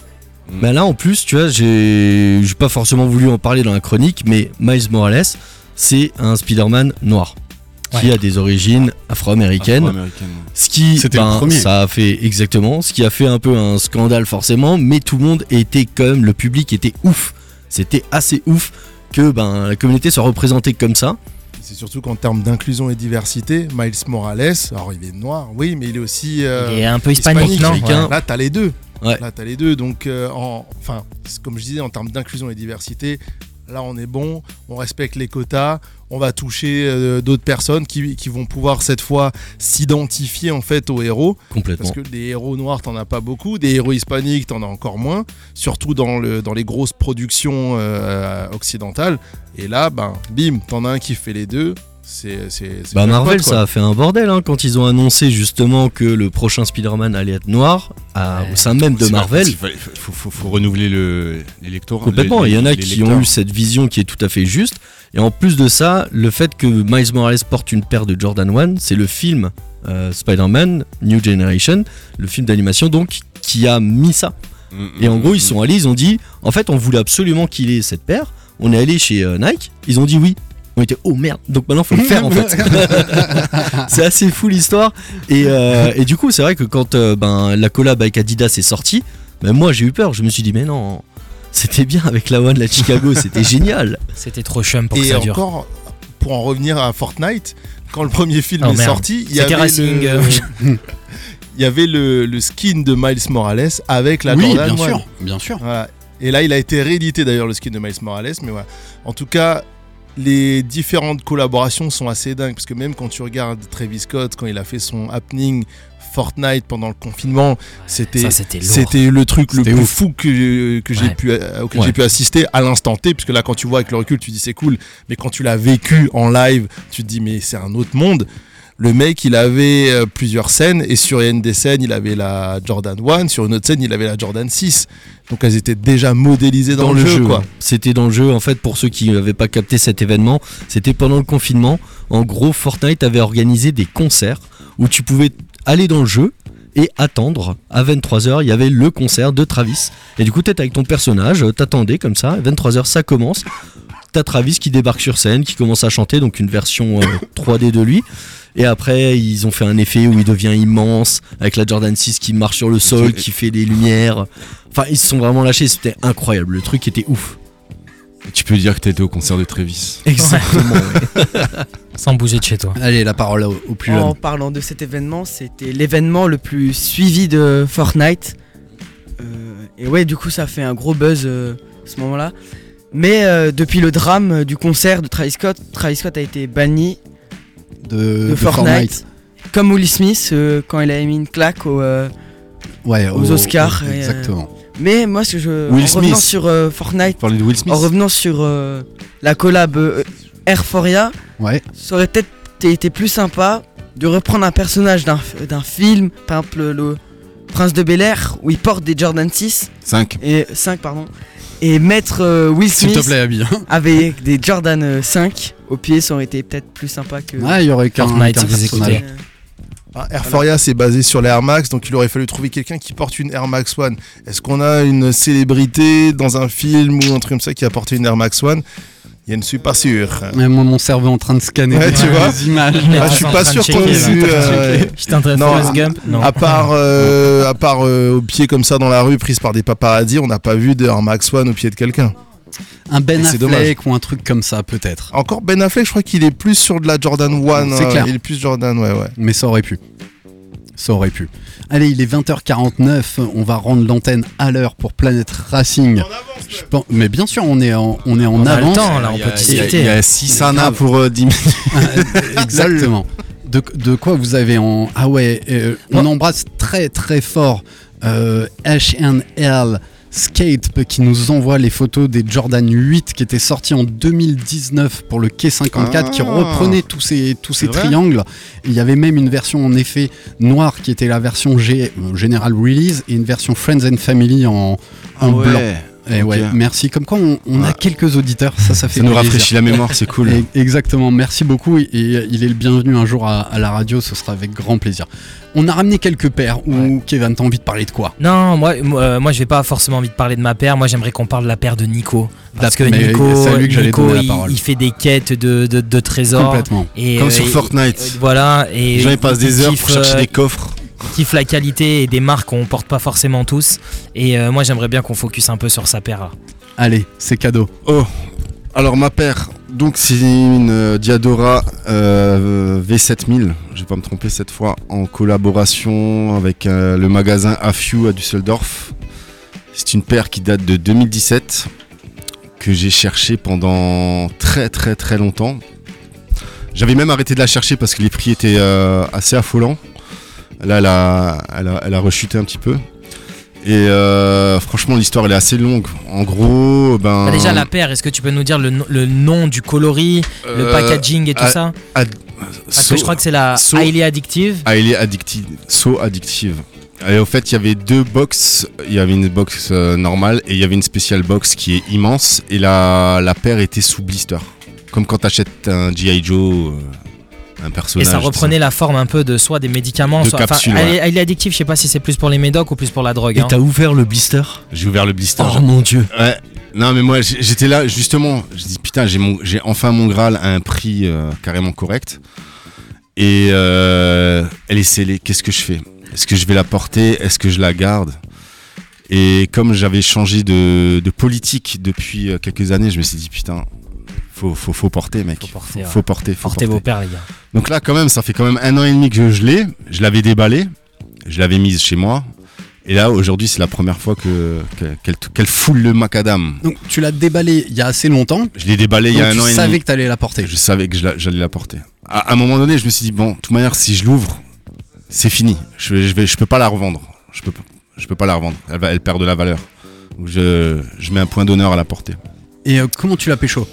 S9: Bah là en plus, tu vois, j'ai j'ai pas forcément voulu en parler dans la chronique, mais Miles Morales, c'est un Spider-Man noir qui
S10: Ouais.
S9: a des origines afro-américaines.
S10: Afro-américaines.
S9: Ce qui,
S10: C'était le
S9: ben,
S10: premier.
S9: ça a fait exactement, ce qui a fait un peu un scandale forcément, mais tout le monde était quand même, le public était ouf. C'était assez ouf que ben la communauté soit représentée comme ça.
S8: C'est surtout qu'en termes d'inclusion et diversité, Miles Morales, alors il est noir, oui, mais il est aussi. euh,
S17: Il est un peu hispanique, non
S8: Américain.
S17: Ouais.
S8: Là, t'as les deux.
S9: Ouais.
S8: Là, t'as les deux. Donc, euh, en- enfin, c'est comme je disais, en termes d'inclusion et diversité, là, on est bon, on respecte les quotas, on va toucher euh, d'autres personnes qui, qui vont pouvoir cette fois s'identifier en fait aux héros.
S9: Complètement.
S8: Parce que des héros noirs, t'en as pas beaucoup, des héros hispaniques, t'en as encore moins, surtout dans, le, dans les grosses productions euh, occidentales. Et là, ben, bim, t'en as un qui fait les deux. C'est c'est- c'est
S9: Bah
S8: jackpot,
S9: Marvel,
S8: quoi.
S9: ça a fait un bordel hein, quand ils ont annoncé justement que le prochain Spider-Man allait être noir à- au sein même de
S10: C'est pas-
S9: Marvel.
S10: Il fallait- faut, faut- faut renouveler le- l'électorat.
S9: Complètement,
S10: les-
S9: il y en a
S10: les
S9: qui
S10: lecteurs.
S9: ont eu cette vision qui est tout à fait juste. Et en plus de ça, le fait que Miles Morales porte une paire de Jordan 1, c'est le film euh, Spider-Man New Generation, le film d'animation donc, qui a mis ça. Et en gros, ils sont allés, ils ont dit, en fait, on voulait absolument qu'il ait cette paire. On est allé chez euh, Nike, ils ont dit oui. On était oh merde, donc maintenant faut le faire en fait. c'est assez fou l'histoire. Et, euh, et du coup, c'est vrai que quand euh, ben, la collab avec Adidas est sortie, ben, moi j'ai eu peur. Je me suis dit, mais non, c'était bien avec la One, la
S17: [laughs]
S9: Chicago, c'était génial.
S17: C'était trop chum pour
S8: et
S17: que ça dure.
S8: encore, pour en revenir à Fortnite, quand le premier film
S17: Oh,
S8: est
S17: merde.
S8: sorti, il y
S17: C'était
S8: avait
S17: Racing,
S8: le...
S17: euh,
S8: [laughs] il y avait le, le skin de Miles Morales avec la
S1: Oui,
S8: Jordan
S1: bien
S8: One.
S1: sûr, bien sûr.
S8: Voilà. Et là, il a été réédité d'ailleurs le skin de Miles Morales, mais voilà. En tout cas, les différentes collaborations sont assez dingues parce que même quand tu regardes Travis Scott quand il a fait son happening Fortnite pendant le confinement, c'était
S17: ça, c'était lourd.
S8: c'était le truc le
S17: C'était
S8: plus
S17: ouf.
S8: fou que, que j'ai
S17: Ouais.
S8: pu euh, auquel
S17: Ouais.
S8: j'ai pu assister à l'instant T puisque là quand tu vois avec le recul tu dis c'est cool, mais quand tu l'as vécu en live, tu te dis mais c'est un autre monde. Le mec, il avait euh, plusieurs scènes et sur une des scènes, il avait la Jordan 1, sur une autre scène, il avait la Jordan 6. Donc elles étaient déjà modélisées dans, le, jeu, quoi.
S9: C'était dans le jeu en fait pour ceux qui n'avaient pas capté cet événement, c'était pendant le confinement. En gros, Fortnite avait organisé des concerts où tu pouvais aller dans le jeu et attendre à 23h, il y avait le concert de Travis. Et du coup, t'étais avec ton personnage, euh, t'attendais comme ça, 23h ça commence. T'as Travis qui débarque sur scène, qui commence à chanter, donc une version euh, 3D de lui. Et après, ils ont fait un effet où il devient immense, avec la Jordan 6 qui marche sur le sol, qui fait des lumières. Enfin, ils se sont vraiment lâchés, c'était incroyable, le truc était ouf.
S10: Tu peux dire que t'étais au concert de Travis.
S9: Exactement,
S17: Sans bouger de chez toi.
S9: Allez, la parole au, plus
S14: En parlant de cet événement, c'était l'événement le plus suivi de Fortnite. Euh, et ouais, du coup, ça fait un gros buzz euh, ce moment-là. Mais euh, depuis le drame euh, du concert de Travis Scott, Travis Scott a été banni
S1: De,
S14: de,
S1: de
S14: Fortnite. Comme Will Smith euh, quand il avait mis une claque au, euh,
S1: Ouais,
S14: aux
S1: au-
S14: Oscars.
S1: au-
S14: et, euh,
S1: exactement.
S14: mais moi, ce que je,
S1: Will
S14: en revenant
S1: Smith.
S14: sur euh, Fortnite,
S10: Parler de Will Smith.
S14: en revenant sur euh, la collab euh, Airforia,
S1: Ouais.
S14: ça aurait peut-être été plus sympa de reprendre un personnage d'un d'un film, par exemple le Prince de Bel Air, où il porte des Jordan 6.
S10: Cinq.
S14: Et 5, pardon. Et mettre euh, Will
S1: S'il
S14: Smith. Euh,
S1: te plaît, Abby. hein.
S14: Avec des Jordan euh, 5 au pied, ça aurait été peut-être plus sympa que.
S1: Ah, il y aurait qu'un- Fortnite, qu'un si vous personnage. écoutez.
S8: Ah, Airforia, c'est basé sur les Air Max, donc il aurait fallu trouver quelqu'un qui porte une Air Max One. Est-ce qu'on a une célébrité dans un film ou un truc comme ça qui a porté une Air Max One Je ne suis pas sûr.
S1: Mais mon, mon cerveau est en train de scanner
S8: Ouais,
S1: des-
S8: tu vois
S1: des images.
S14: [laughs]
S8: Ah, je suis pas sûr qu'on ait eu. euh, non, À part, euh, à part euh, au pied comme ça dans la rue, prise par des paparazzis, on n'a pas vu de Air Max One au pied de quelqu'un.
S1: Un Ben
S8: Et c'est dommage.
S1: Affleck ou un truc comme ça, peut-être.
S8: Encore Ben Affleck, je crois qu'il est plus sur de la Jordan One.
S1: C'est
S8: euh,
S1: clair.
S8: Il est plus Jordan, ouais, ouais.
S1: Mais ça aurait pu. Ça aurait pu. Allez, il est 20h49. On va rendre l'antenne à l'heure pour Planète Racing. Je pense- Mais bien sûr, on est en, on est en
S17: On a le
S1: avance.
S17: temps, là, on Il y a- peut discuter. il y a six annas
S1: pour 10 minutes. Euh, Exactement. De, de quoi vous avez en. Ah ouais, euh, on embrasse très très fort euh, HL Skate euh, qui nous envoie les photos des Jordan 8 qui étaient sortis en 2019 pour le Quai 54 qui
S10: Ah.
S1: reprenait tous ces, tous ces
S10: C'est vrai
S1: triangles. Il y avait même une version en effet noire qui était la version G, euh, General Release et une version Friends and Family en, en
S10: Ah ouais,
S1: blanc. Et
S10: ok.
S1: ouais, merci. Comme quoi, on, on a quelques auditeurs, ça, ça fait
S10: nous
S1: plaisir.
S10: rafraîchit la mémoire, c'est cool.
S1: Et- Exactement, merci beaucoup. Et, et il est le bienvenu un jour à, à la radio, ce sera avec grand plaisir. On a ramené quelques paires où Kevin, t'as envie de parler de quoi
S17: Non, moi, moi, euh, moi je vais pas forcément envie de parler de ma paire. Moi, j'aimerais qu'on parle de la paire de Nico.
S10: Ah,
S17: Parce que
S1: Mais
S17: Nico,
S1: c'est à lui que j'allais
S17: Nico,
S1: donner la
S17: il-
S1: parole.
S17: il, fait des quêtes de, de, de trésors.
S1: Complètement.
S10: Comme sur Fortnite.
S17: euh, et- voilà. Et euh,
S10: Les gens, ils passent des heures pour chercher des coffres.
S17: Qui kiffe la qualité et des marques qu'on porte pas forcément tous. Et euh, moi, j'aimerais bien qu'on focus un peu sur sa paire. là.
S1: Allez, c'est cadeau.
S10: Oh, alors ma paire, donc c'est une euh, Diadora euh, V7000, je vais pas me tromper cette fois, en collaboration avec euh, le magasin Afiu à Düsseldorf. C'est une paire qui date de 2017, que j'ai cherchée pendant très très très longtemps. J'avais même arrêté de la chercher parce que les prix étaient euh, assez affolants. Là, elle a, elle a- elle a rechuté un petit peu. Et euh, franchement, l'histoire elle est assez longue. En gros, ben.
S17: Bah, déjà, la paire, est-ce que tu peux nous dire le, no- le nom du coloris, le
S10: Euh,
S17: packaging et tout
S10: à-
S17: ça
S10: à-
S17: Parce
S10: so-
S17: que je crois que c'est la
S10: so-
S17: highly addictive.
S10: Ah, il est addictive. So addictive. Et au fait, il y avait deux box. Il y avait une box euh, normale et il y avait une spéciale box qui est immense. Et la, la paire était sous blister. Comme quand t'achètes un G.I. Joe, euh, un
S17: Et
S10: personnage.
S17: ça reprenait la forme un peu de soit des médicaments,
S10: De
S17: soit. enfin,
S10: capsules,
S17: elle
S10: ouais.
S17: est- elle est addictive, je sais pas si c'est plus pour les médocs ou plus pour la drogue.
S9: Et
S17: hein.
S9: t'as ouvert le blister
S10: J'ai ouvert le blister.
S9: Oh mon dieu.
S10: Ouais. Non, mais moi, j- j'étais là, justement. Je dis, putain, j'ai mon- j'ai enfin mon Graal à un prix euh, carrément correct. Et euh, elle est scellée. Qu'est-ce que je fais Est-ce que je vais la porter Est-ce que je la garde Et comme j'avais changé de, de politique depuis euh, quelques années, je me suis dit, putain, faut, faut, faut porter, mec. Faut
S17: porter.
S10: Faut,
S17: ouais.
S10: porter. faut
S17: Portez vos paires, les gars.
S10: donc là, quand même, ça fait quand même un an et demi que je, je l'ai. Je l'avais déballée, je l'avais mise chez moi. Et là, aujourd'hui, c'est la première fois que que- qu'elle qu'elle foule le macadam.
S1: Donc, tu l'as déballé il y a assez longtemps.
S10: Je l'ai déballée il y a
S1: Donc,
S10: un
S1: tu
S10: an et demi.
S1: savais que t'allais la porter.
S10: Je savais que je la- j'allais la porter. À, à un moment donné, je me suis dit bon, de toute manière, si je l'ouvre, c'est fini. Je, vais- je vais, je peux pas la revendre. Je peux, pas- je peux pas la revendre. Elle, va- elle perd de la valeur. Donc, je, je mets un point d'honneur à la porter.
S1: Et euh, comment tu l'as pécho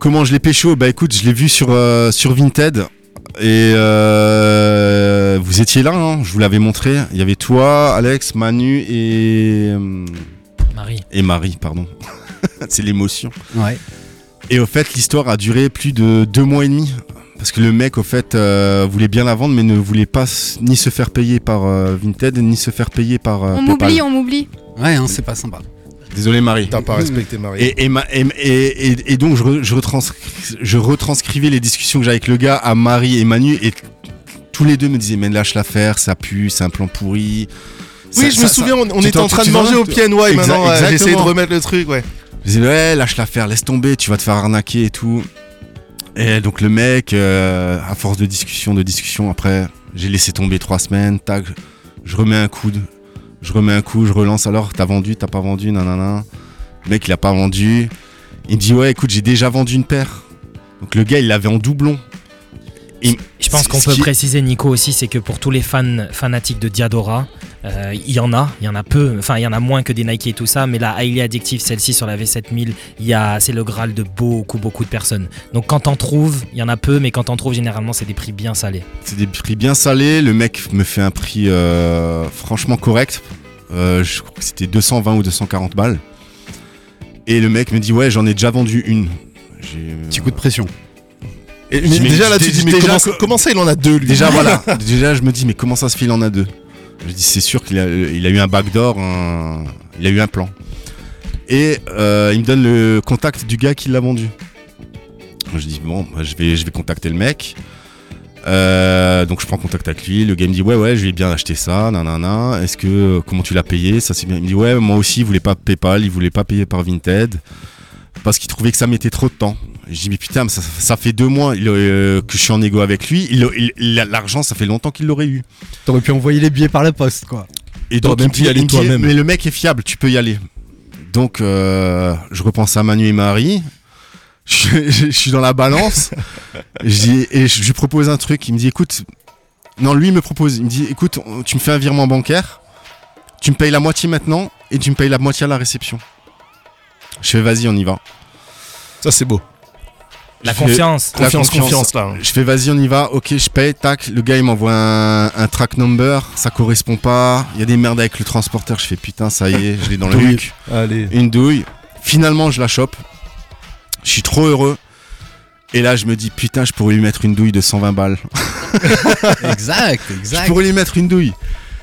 S10: Comment je l'ai pécho Bah écoute, je l'ai vu sur, euh, sur Vinted. Et euh, vous étiez là, hein, je vous l'avais montré. Il y avait toi, Alex, Manu et. euh,
S17: Marie.
S10: Et Marie, pardon. [laughs] C'est l'émotion.
S1: Ouais.
S10: Et au fait, l'histoire a duré plus de deux mois et demi. Parce que le mec, au fait, euh, voulait bien la vendre, mais ne voulait pas s- ni se faire payer par euh, Vinted, ni se faire payer par. euh,
S13: On
S10: PayPal.
S13: m'oublie, on m'oublie.
S1: Ouais, hein, c'est pas sympa.
S10: Désolé Marie.
S8: T'as pas respecté Marie.
S10: Et, et ma- et- et- et- et donc je, re- je retranscri- je retranscrivais les discussions que j'avais avec le gars à Marie et Manu et t- tous les deux me disaient mais lâche l'affaire, ça pue, c'est un plan pourri.
S8: Oui, je me souviens, on- on était en train de manger au PNY
S10: piano
S8: maintenant, ouais, j'ai essayé de remettre le truc, ouais.
S10: Je disais ouais lâche l'affaire, laisse tomber, tu vas te faire arnaquer et tout. Et donc le mec, euh, à force de discussion, de discussion, après j'ai laissé tomber trois semaines, tac, je remets un coude, je remets un coup, je relance alors, t'as vendu, t'as pas vendu, nanana. Le mec il a pas vendu, il me dit ouais écoute j'ai déjà vendu une paire. Donc le gars il l'avait en doublon. Et-
S17: Je pense
S10: ce-
S17: qu'on
S10: ce
S17: peut
S10: qui-
S17: préciser, Nico, aussi, c'est que pour tous les fans fanatiques de Diadora, euh, il y en a, il y en a peu, enfin, il y en a moins que des Nike et tout ça, mais la Highly Addictive, celle-ci sur la V7000, il y a- c'est le graal de beaucoup, beaucoup de personnes. Donc quand t'en trouves, il y en a peu, mais quand t'en trouves, généralement, c'est des prix bien salés.
S10: C'est des prix bien salés. Le mec me fait un prix euh, franchement correct. Euh, je crois que c'était 220 ou 240 balles. Et le mec me dit Ouais, j'en ai déjà vendu une. euh, Petit
S1: coup de
S10: [laughs]
S1: pression.
S10: Et,
S8: Mais déjà, là, tu dis, mais comment- comment ça, il en a deux, lui [laughs]
S10: Déjà, voilà. déjà, je me dis Mais comment ça se fait, il en a deux Je dis C'est sûr qu'il a, il a eu un backdoor, un- il a eu un plan. Et euh, il me donne le contact du gars qui l'a vendu. Donc, je dis bon, bah, je vais, je vais contacter le mec. Euh, donc je prends contact avec lui. Le gars il me dit ouais ouais, je lui ai bien acheté ça, nanana. Est-ce que comment tu l'as payé Ça c'est bien. Il me dit ouais, moi aussi, il voulait pas PayPal, il voulait pas payer par Vinted parce qu'il trouvait que ça mettait trop de temps. Je dis mais putain, mais ça, ça fait deux mois il, euh, que je suis en égo avec lui. Il- il- il- L'argent, ça fait longtemps qu'il l'aurait eu.
S1: T'aurais pu envoyer les billets par la poste, quoi.
S10: Et donc,
S1: T'aurais même
S10: il me
S1: pu y
S10: dit-
S1: aller
S10: il me dit,
S1: toi-même.
S10: Mais le mec est fiable, tu peux y aller. Donc, euh, je repense à Manu et Marie. [laughs] Je, je- je suis dans
S1: [laughs]
S10: la balance. je dis, et je lui propose un truc. Il me dit, écoute, non, lui il me propose. Il me dit, écoute, on- tu me fais un virement bancaire. Tu me payes la moitié maintenant et tu me payes la moitié à la réception. Je fais, vas-y, on y va.
S8: Ça, c'est beau.
S10: Je
S8: La
S10: fais-
S8: confiance.
S10: la
S8: Confiance, confiance, là.
S10: Je fais vas-y, on y va. Ok, je paye. Tac. Le gars, il m'envoie un, un track number. Ça correspond pas. Il y a des merdes avec le transporteur. Je fais putain, ça y est, je
S1: [laughs]
S10: l'ai dans le
S8: Douille.
S10: huc. Allez. Une douille. Finalement, je la chope. Je suis trop heureux. Et là, je me dis putain, je pourrais lui mettre une douille de 120 balles.
S1: Exact, exact.
S10: Je pourrais lui mettre une douille.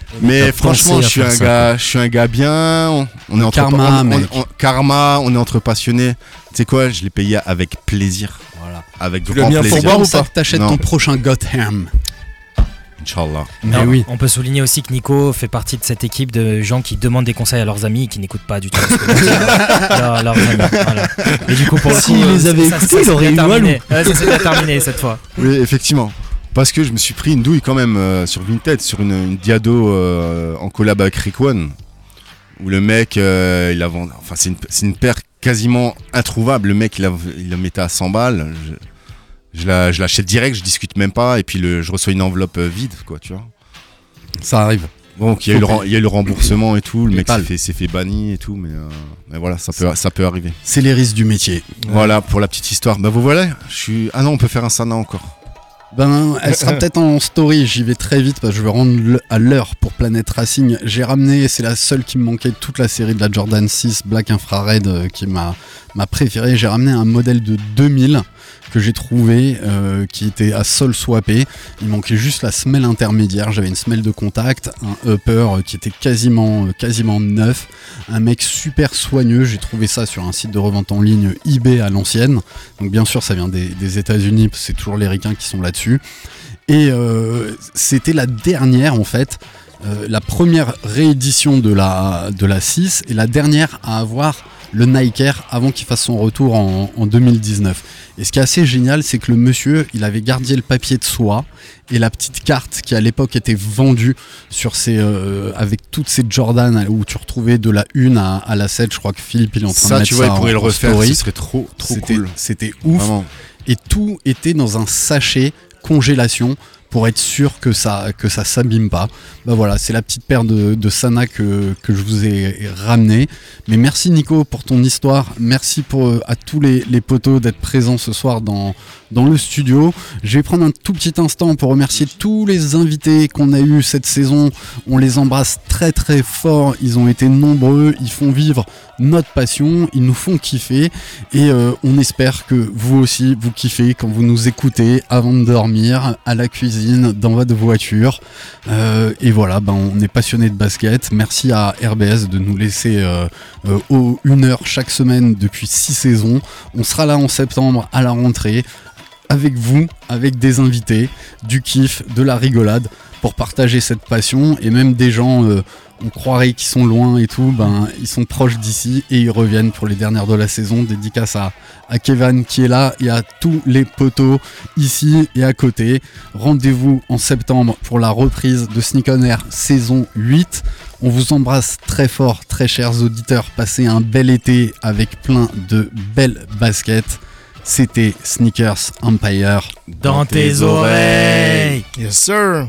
S1: t'as
S10: Mais
S1: pensé
S10: franchement,
S1: à
S10: je suis
S1: faire
S10: un
S1: ça,
S10: gars, je suis un gars bien. On, on est entre
S1: Karma,
S10: on- on-
S1: mec.
S10: on- karma, on est entre passionnés. Tu sais quoi, je l'ai payé avec plaisir.
S1: Voilà.
S10: Avec
S1: Tu l'as
S10: grand
S1: mis en
S10: plaisir.
S1: pourboire ou C'est comme pas ça que t'achètes
S10: Non.
S1: ton prochain Gotham. Eh
S10: Inch'Allah.
S17: Mais on- On peut souligner aussi que Nico fait partie de cette équipe de gens qui demandent des conseils à leurs amis et qui n'écoutent pas du tout. ce que disent
S9: [laughs]
S17: leurs- leurs amis, voilà. Et du coup, pour le
S9: S'il
S17: coup,
S9: les
S17: euh,
S9: avait
S17: ça- ça-
S9: écoutés,
S17: ça
S9: il
S17: s'est bien
S9: aurait eu
S17: terminé.
S9: Walou.
S17: Ouais, Ça s'est bien terminé cette fois.
S10: Oui, effectivement. Parce que je me suis pris une douille quand même euh, sur Vinted, sur une, une Diado euh, en collab avec Rick One. Où le mec, euh, il a vendu. Enfin, c'est une, c'est une paire quasiment introuvable. Le mec, il la il la mettait à 100 balles. Je, je la- je l'achète direct, je discute même pas. Et puis, le- je reçois une enveloppe euh, vide, quoi, tu vois.
S1: Ça arrive.
S10: Donc, il y, a eu le, ren- il y a eu le remboursement et tout. Le mec s'est
S1: Paypal.
S10: fait, s'est fait banni et tout. Mais, euh, mais voilà, ça peut, ça peut arriver.
S1: C'est les risques du métier.
S10: Voilà pour la petite histoire. Bah, vous voilà. Je suis. Ah non, on peut faire un Sana encore.
S1: Ben, elle sera peut-être en story, j'y vais très vite parce que je veux rendre le- à l'heure pour Planète Racing. J'ai ramené, c'est la seule qui me manquait de toute la série de la Jordan 6 Black Infrared euh, qui est ma, ma préférée. J'ai ramené un modèle de 2000 que j'ai trouvé euh, qui était à sol swappé. Il manquait juste la semelle intermédiaire. J'avais une semelle de contact, un upper euh, qui était quasiment, euh, quasiment neuf. Un mec super soigneux. J'ai trouvé ça sur un site de revente en ligne eBay à l'ancienne. Donc bien sûr, ça vient des, des États-Unis, parce que c'est toujours les ricains qui sont là-dessus. Et euh, c'était la dernière en fait, euh, la première réédition de la, de la 6 et la dernière à avoir le Nike Air avant qu'il fasse son retour en, en 2019. Et ce qui est assez génial, c'est que le monsieur, il avait gardé le papier de soie et la petite carte qui à l'époque était vendue sur ces, euh, avec toutes ces Jordan où tu retrouvais de la 1 à, à la 7, je crois que Philippe il est en train
S10: Ça,
S1: de mettre
S10: tu vois, il
S1: en-
S10: pourrait le
S1: en
S10: refaire,
S1: story.
S10: ce serait trop, trop
S1: C'était-
S10: cool.
S1: C'était ouf.
S10: Vraiment.
S1: Et tout était dans un sachet congélation pour être sûr que ça que ça s'abîme pas. Bah voilà, c'est la petite paire de, de Sana que, que je vous ai ramenée. Mais merci Nico pour ton histoire. Merci pour euh, à tous les, les poteaux d'être présents ce soir dans dans le studio. Je vais prendre un tout petit instant pour remercier tous les invités qu'on a eu cette saison. On les embrasse très très fort. Ils ont été nombreux. Ils font vivre notre passion. Ils nous font kiffer. Et euh, on espère que vous aussi, vous kiffez quand vous nous écoutez avant de dormir, à la cuisine, dans votre voiture. Euh, et voilà, ben, on est passionné de basket. Merci à RBS de nous laisser euh, euh, au- une heure chaque semaine depuis six saisons. On sera là en septembre à la rentrée avec vous, avec des invités, du kiff, de la rigolade, pour partager cette passion. Et même des gens, euh, on croirait qu'ils sont loin et tout, ben, ils sont proches d'ici et ils reviennent pour les dernières de la saison. Dédicace à, à Kevin qui est là et à tous les poteaux ici et à côté. Rendez-vous en septembre pour la reprise de Sneak On Air saison 8. On vous embrasse très fort, très chers auditeurs. Passez un bel été avec plein de belles baskets. C'était Sneakers Empire.
S17: Dans tes oreilles.
S8: Yes, sir.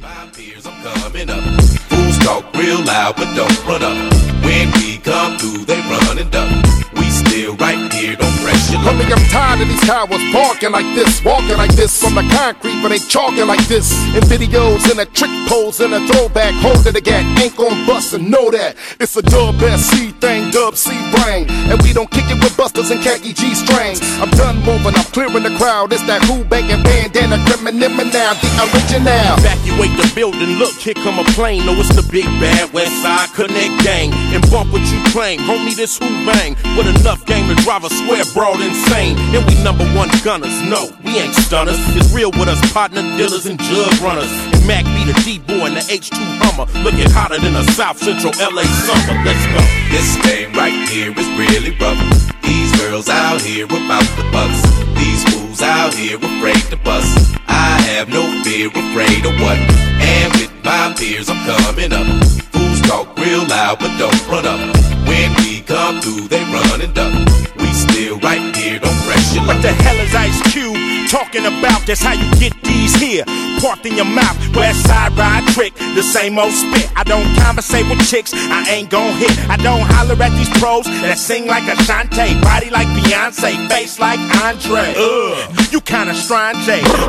S18: coming up. Fools talk real loud, but don't run up. When we come through, they run and duck. We still right here, don't press your luck.
S19: Homie, I'm tired
S20: lot of these cowards barking like this, walking like this from the concrete, but they chalking like this. In videos, in a trick pose, in a throwback, holding the gat, ain't gon' bust and know that. It's a dub SC thing, dub C brain. And we don't kick it with busters and khaki G strings. I'm done moving, I'm clearing the crowd. It's that who banking bandana, criminal now, the original.
S18: Evacuate the building, look, here come a plane. No, it's the big bad West Side Connect gang. And bump what you claim, homie, this who bang. With enough game to drive a square broad insane. And we number one gunners, no, we ain't stunners. It's real with us, partner dealers and jug runners. And Mac be the D-boy and the H2 Hummer. Looking hotter than a South Central LA summer. Let's go.
S21: This game right here is really rough. These girls out here about the bucks. These fools out here afraid to bust. I have no fear, afraid of what. And with my peers, I'm coming up. Fools talk real loud, but don't run up. When we come through, they run and duck. We still right here, don't pressure.
S18: What the hell is Ice Cube talking about? That's how you get these here. Parked in your mouth, west side ride trick, the same old spit. I don't conversate with chicks, I ain't gon' hit. I don't holler at these pros that sing like
S21: Uh.
S18: Ashante, body like Beyonce, face like Andre. Ugh, you kinda strange. eh?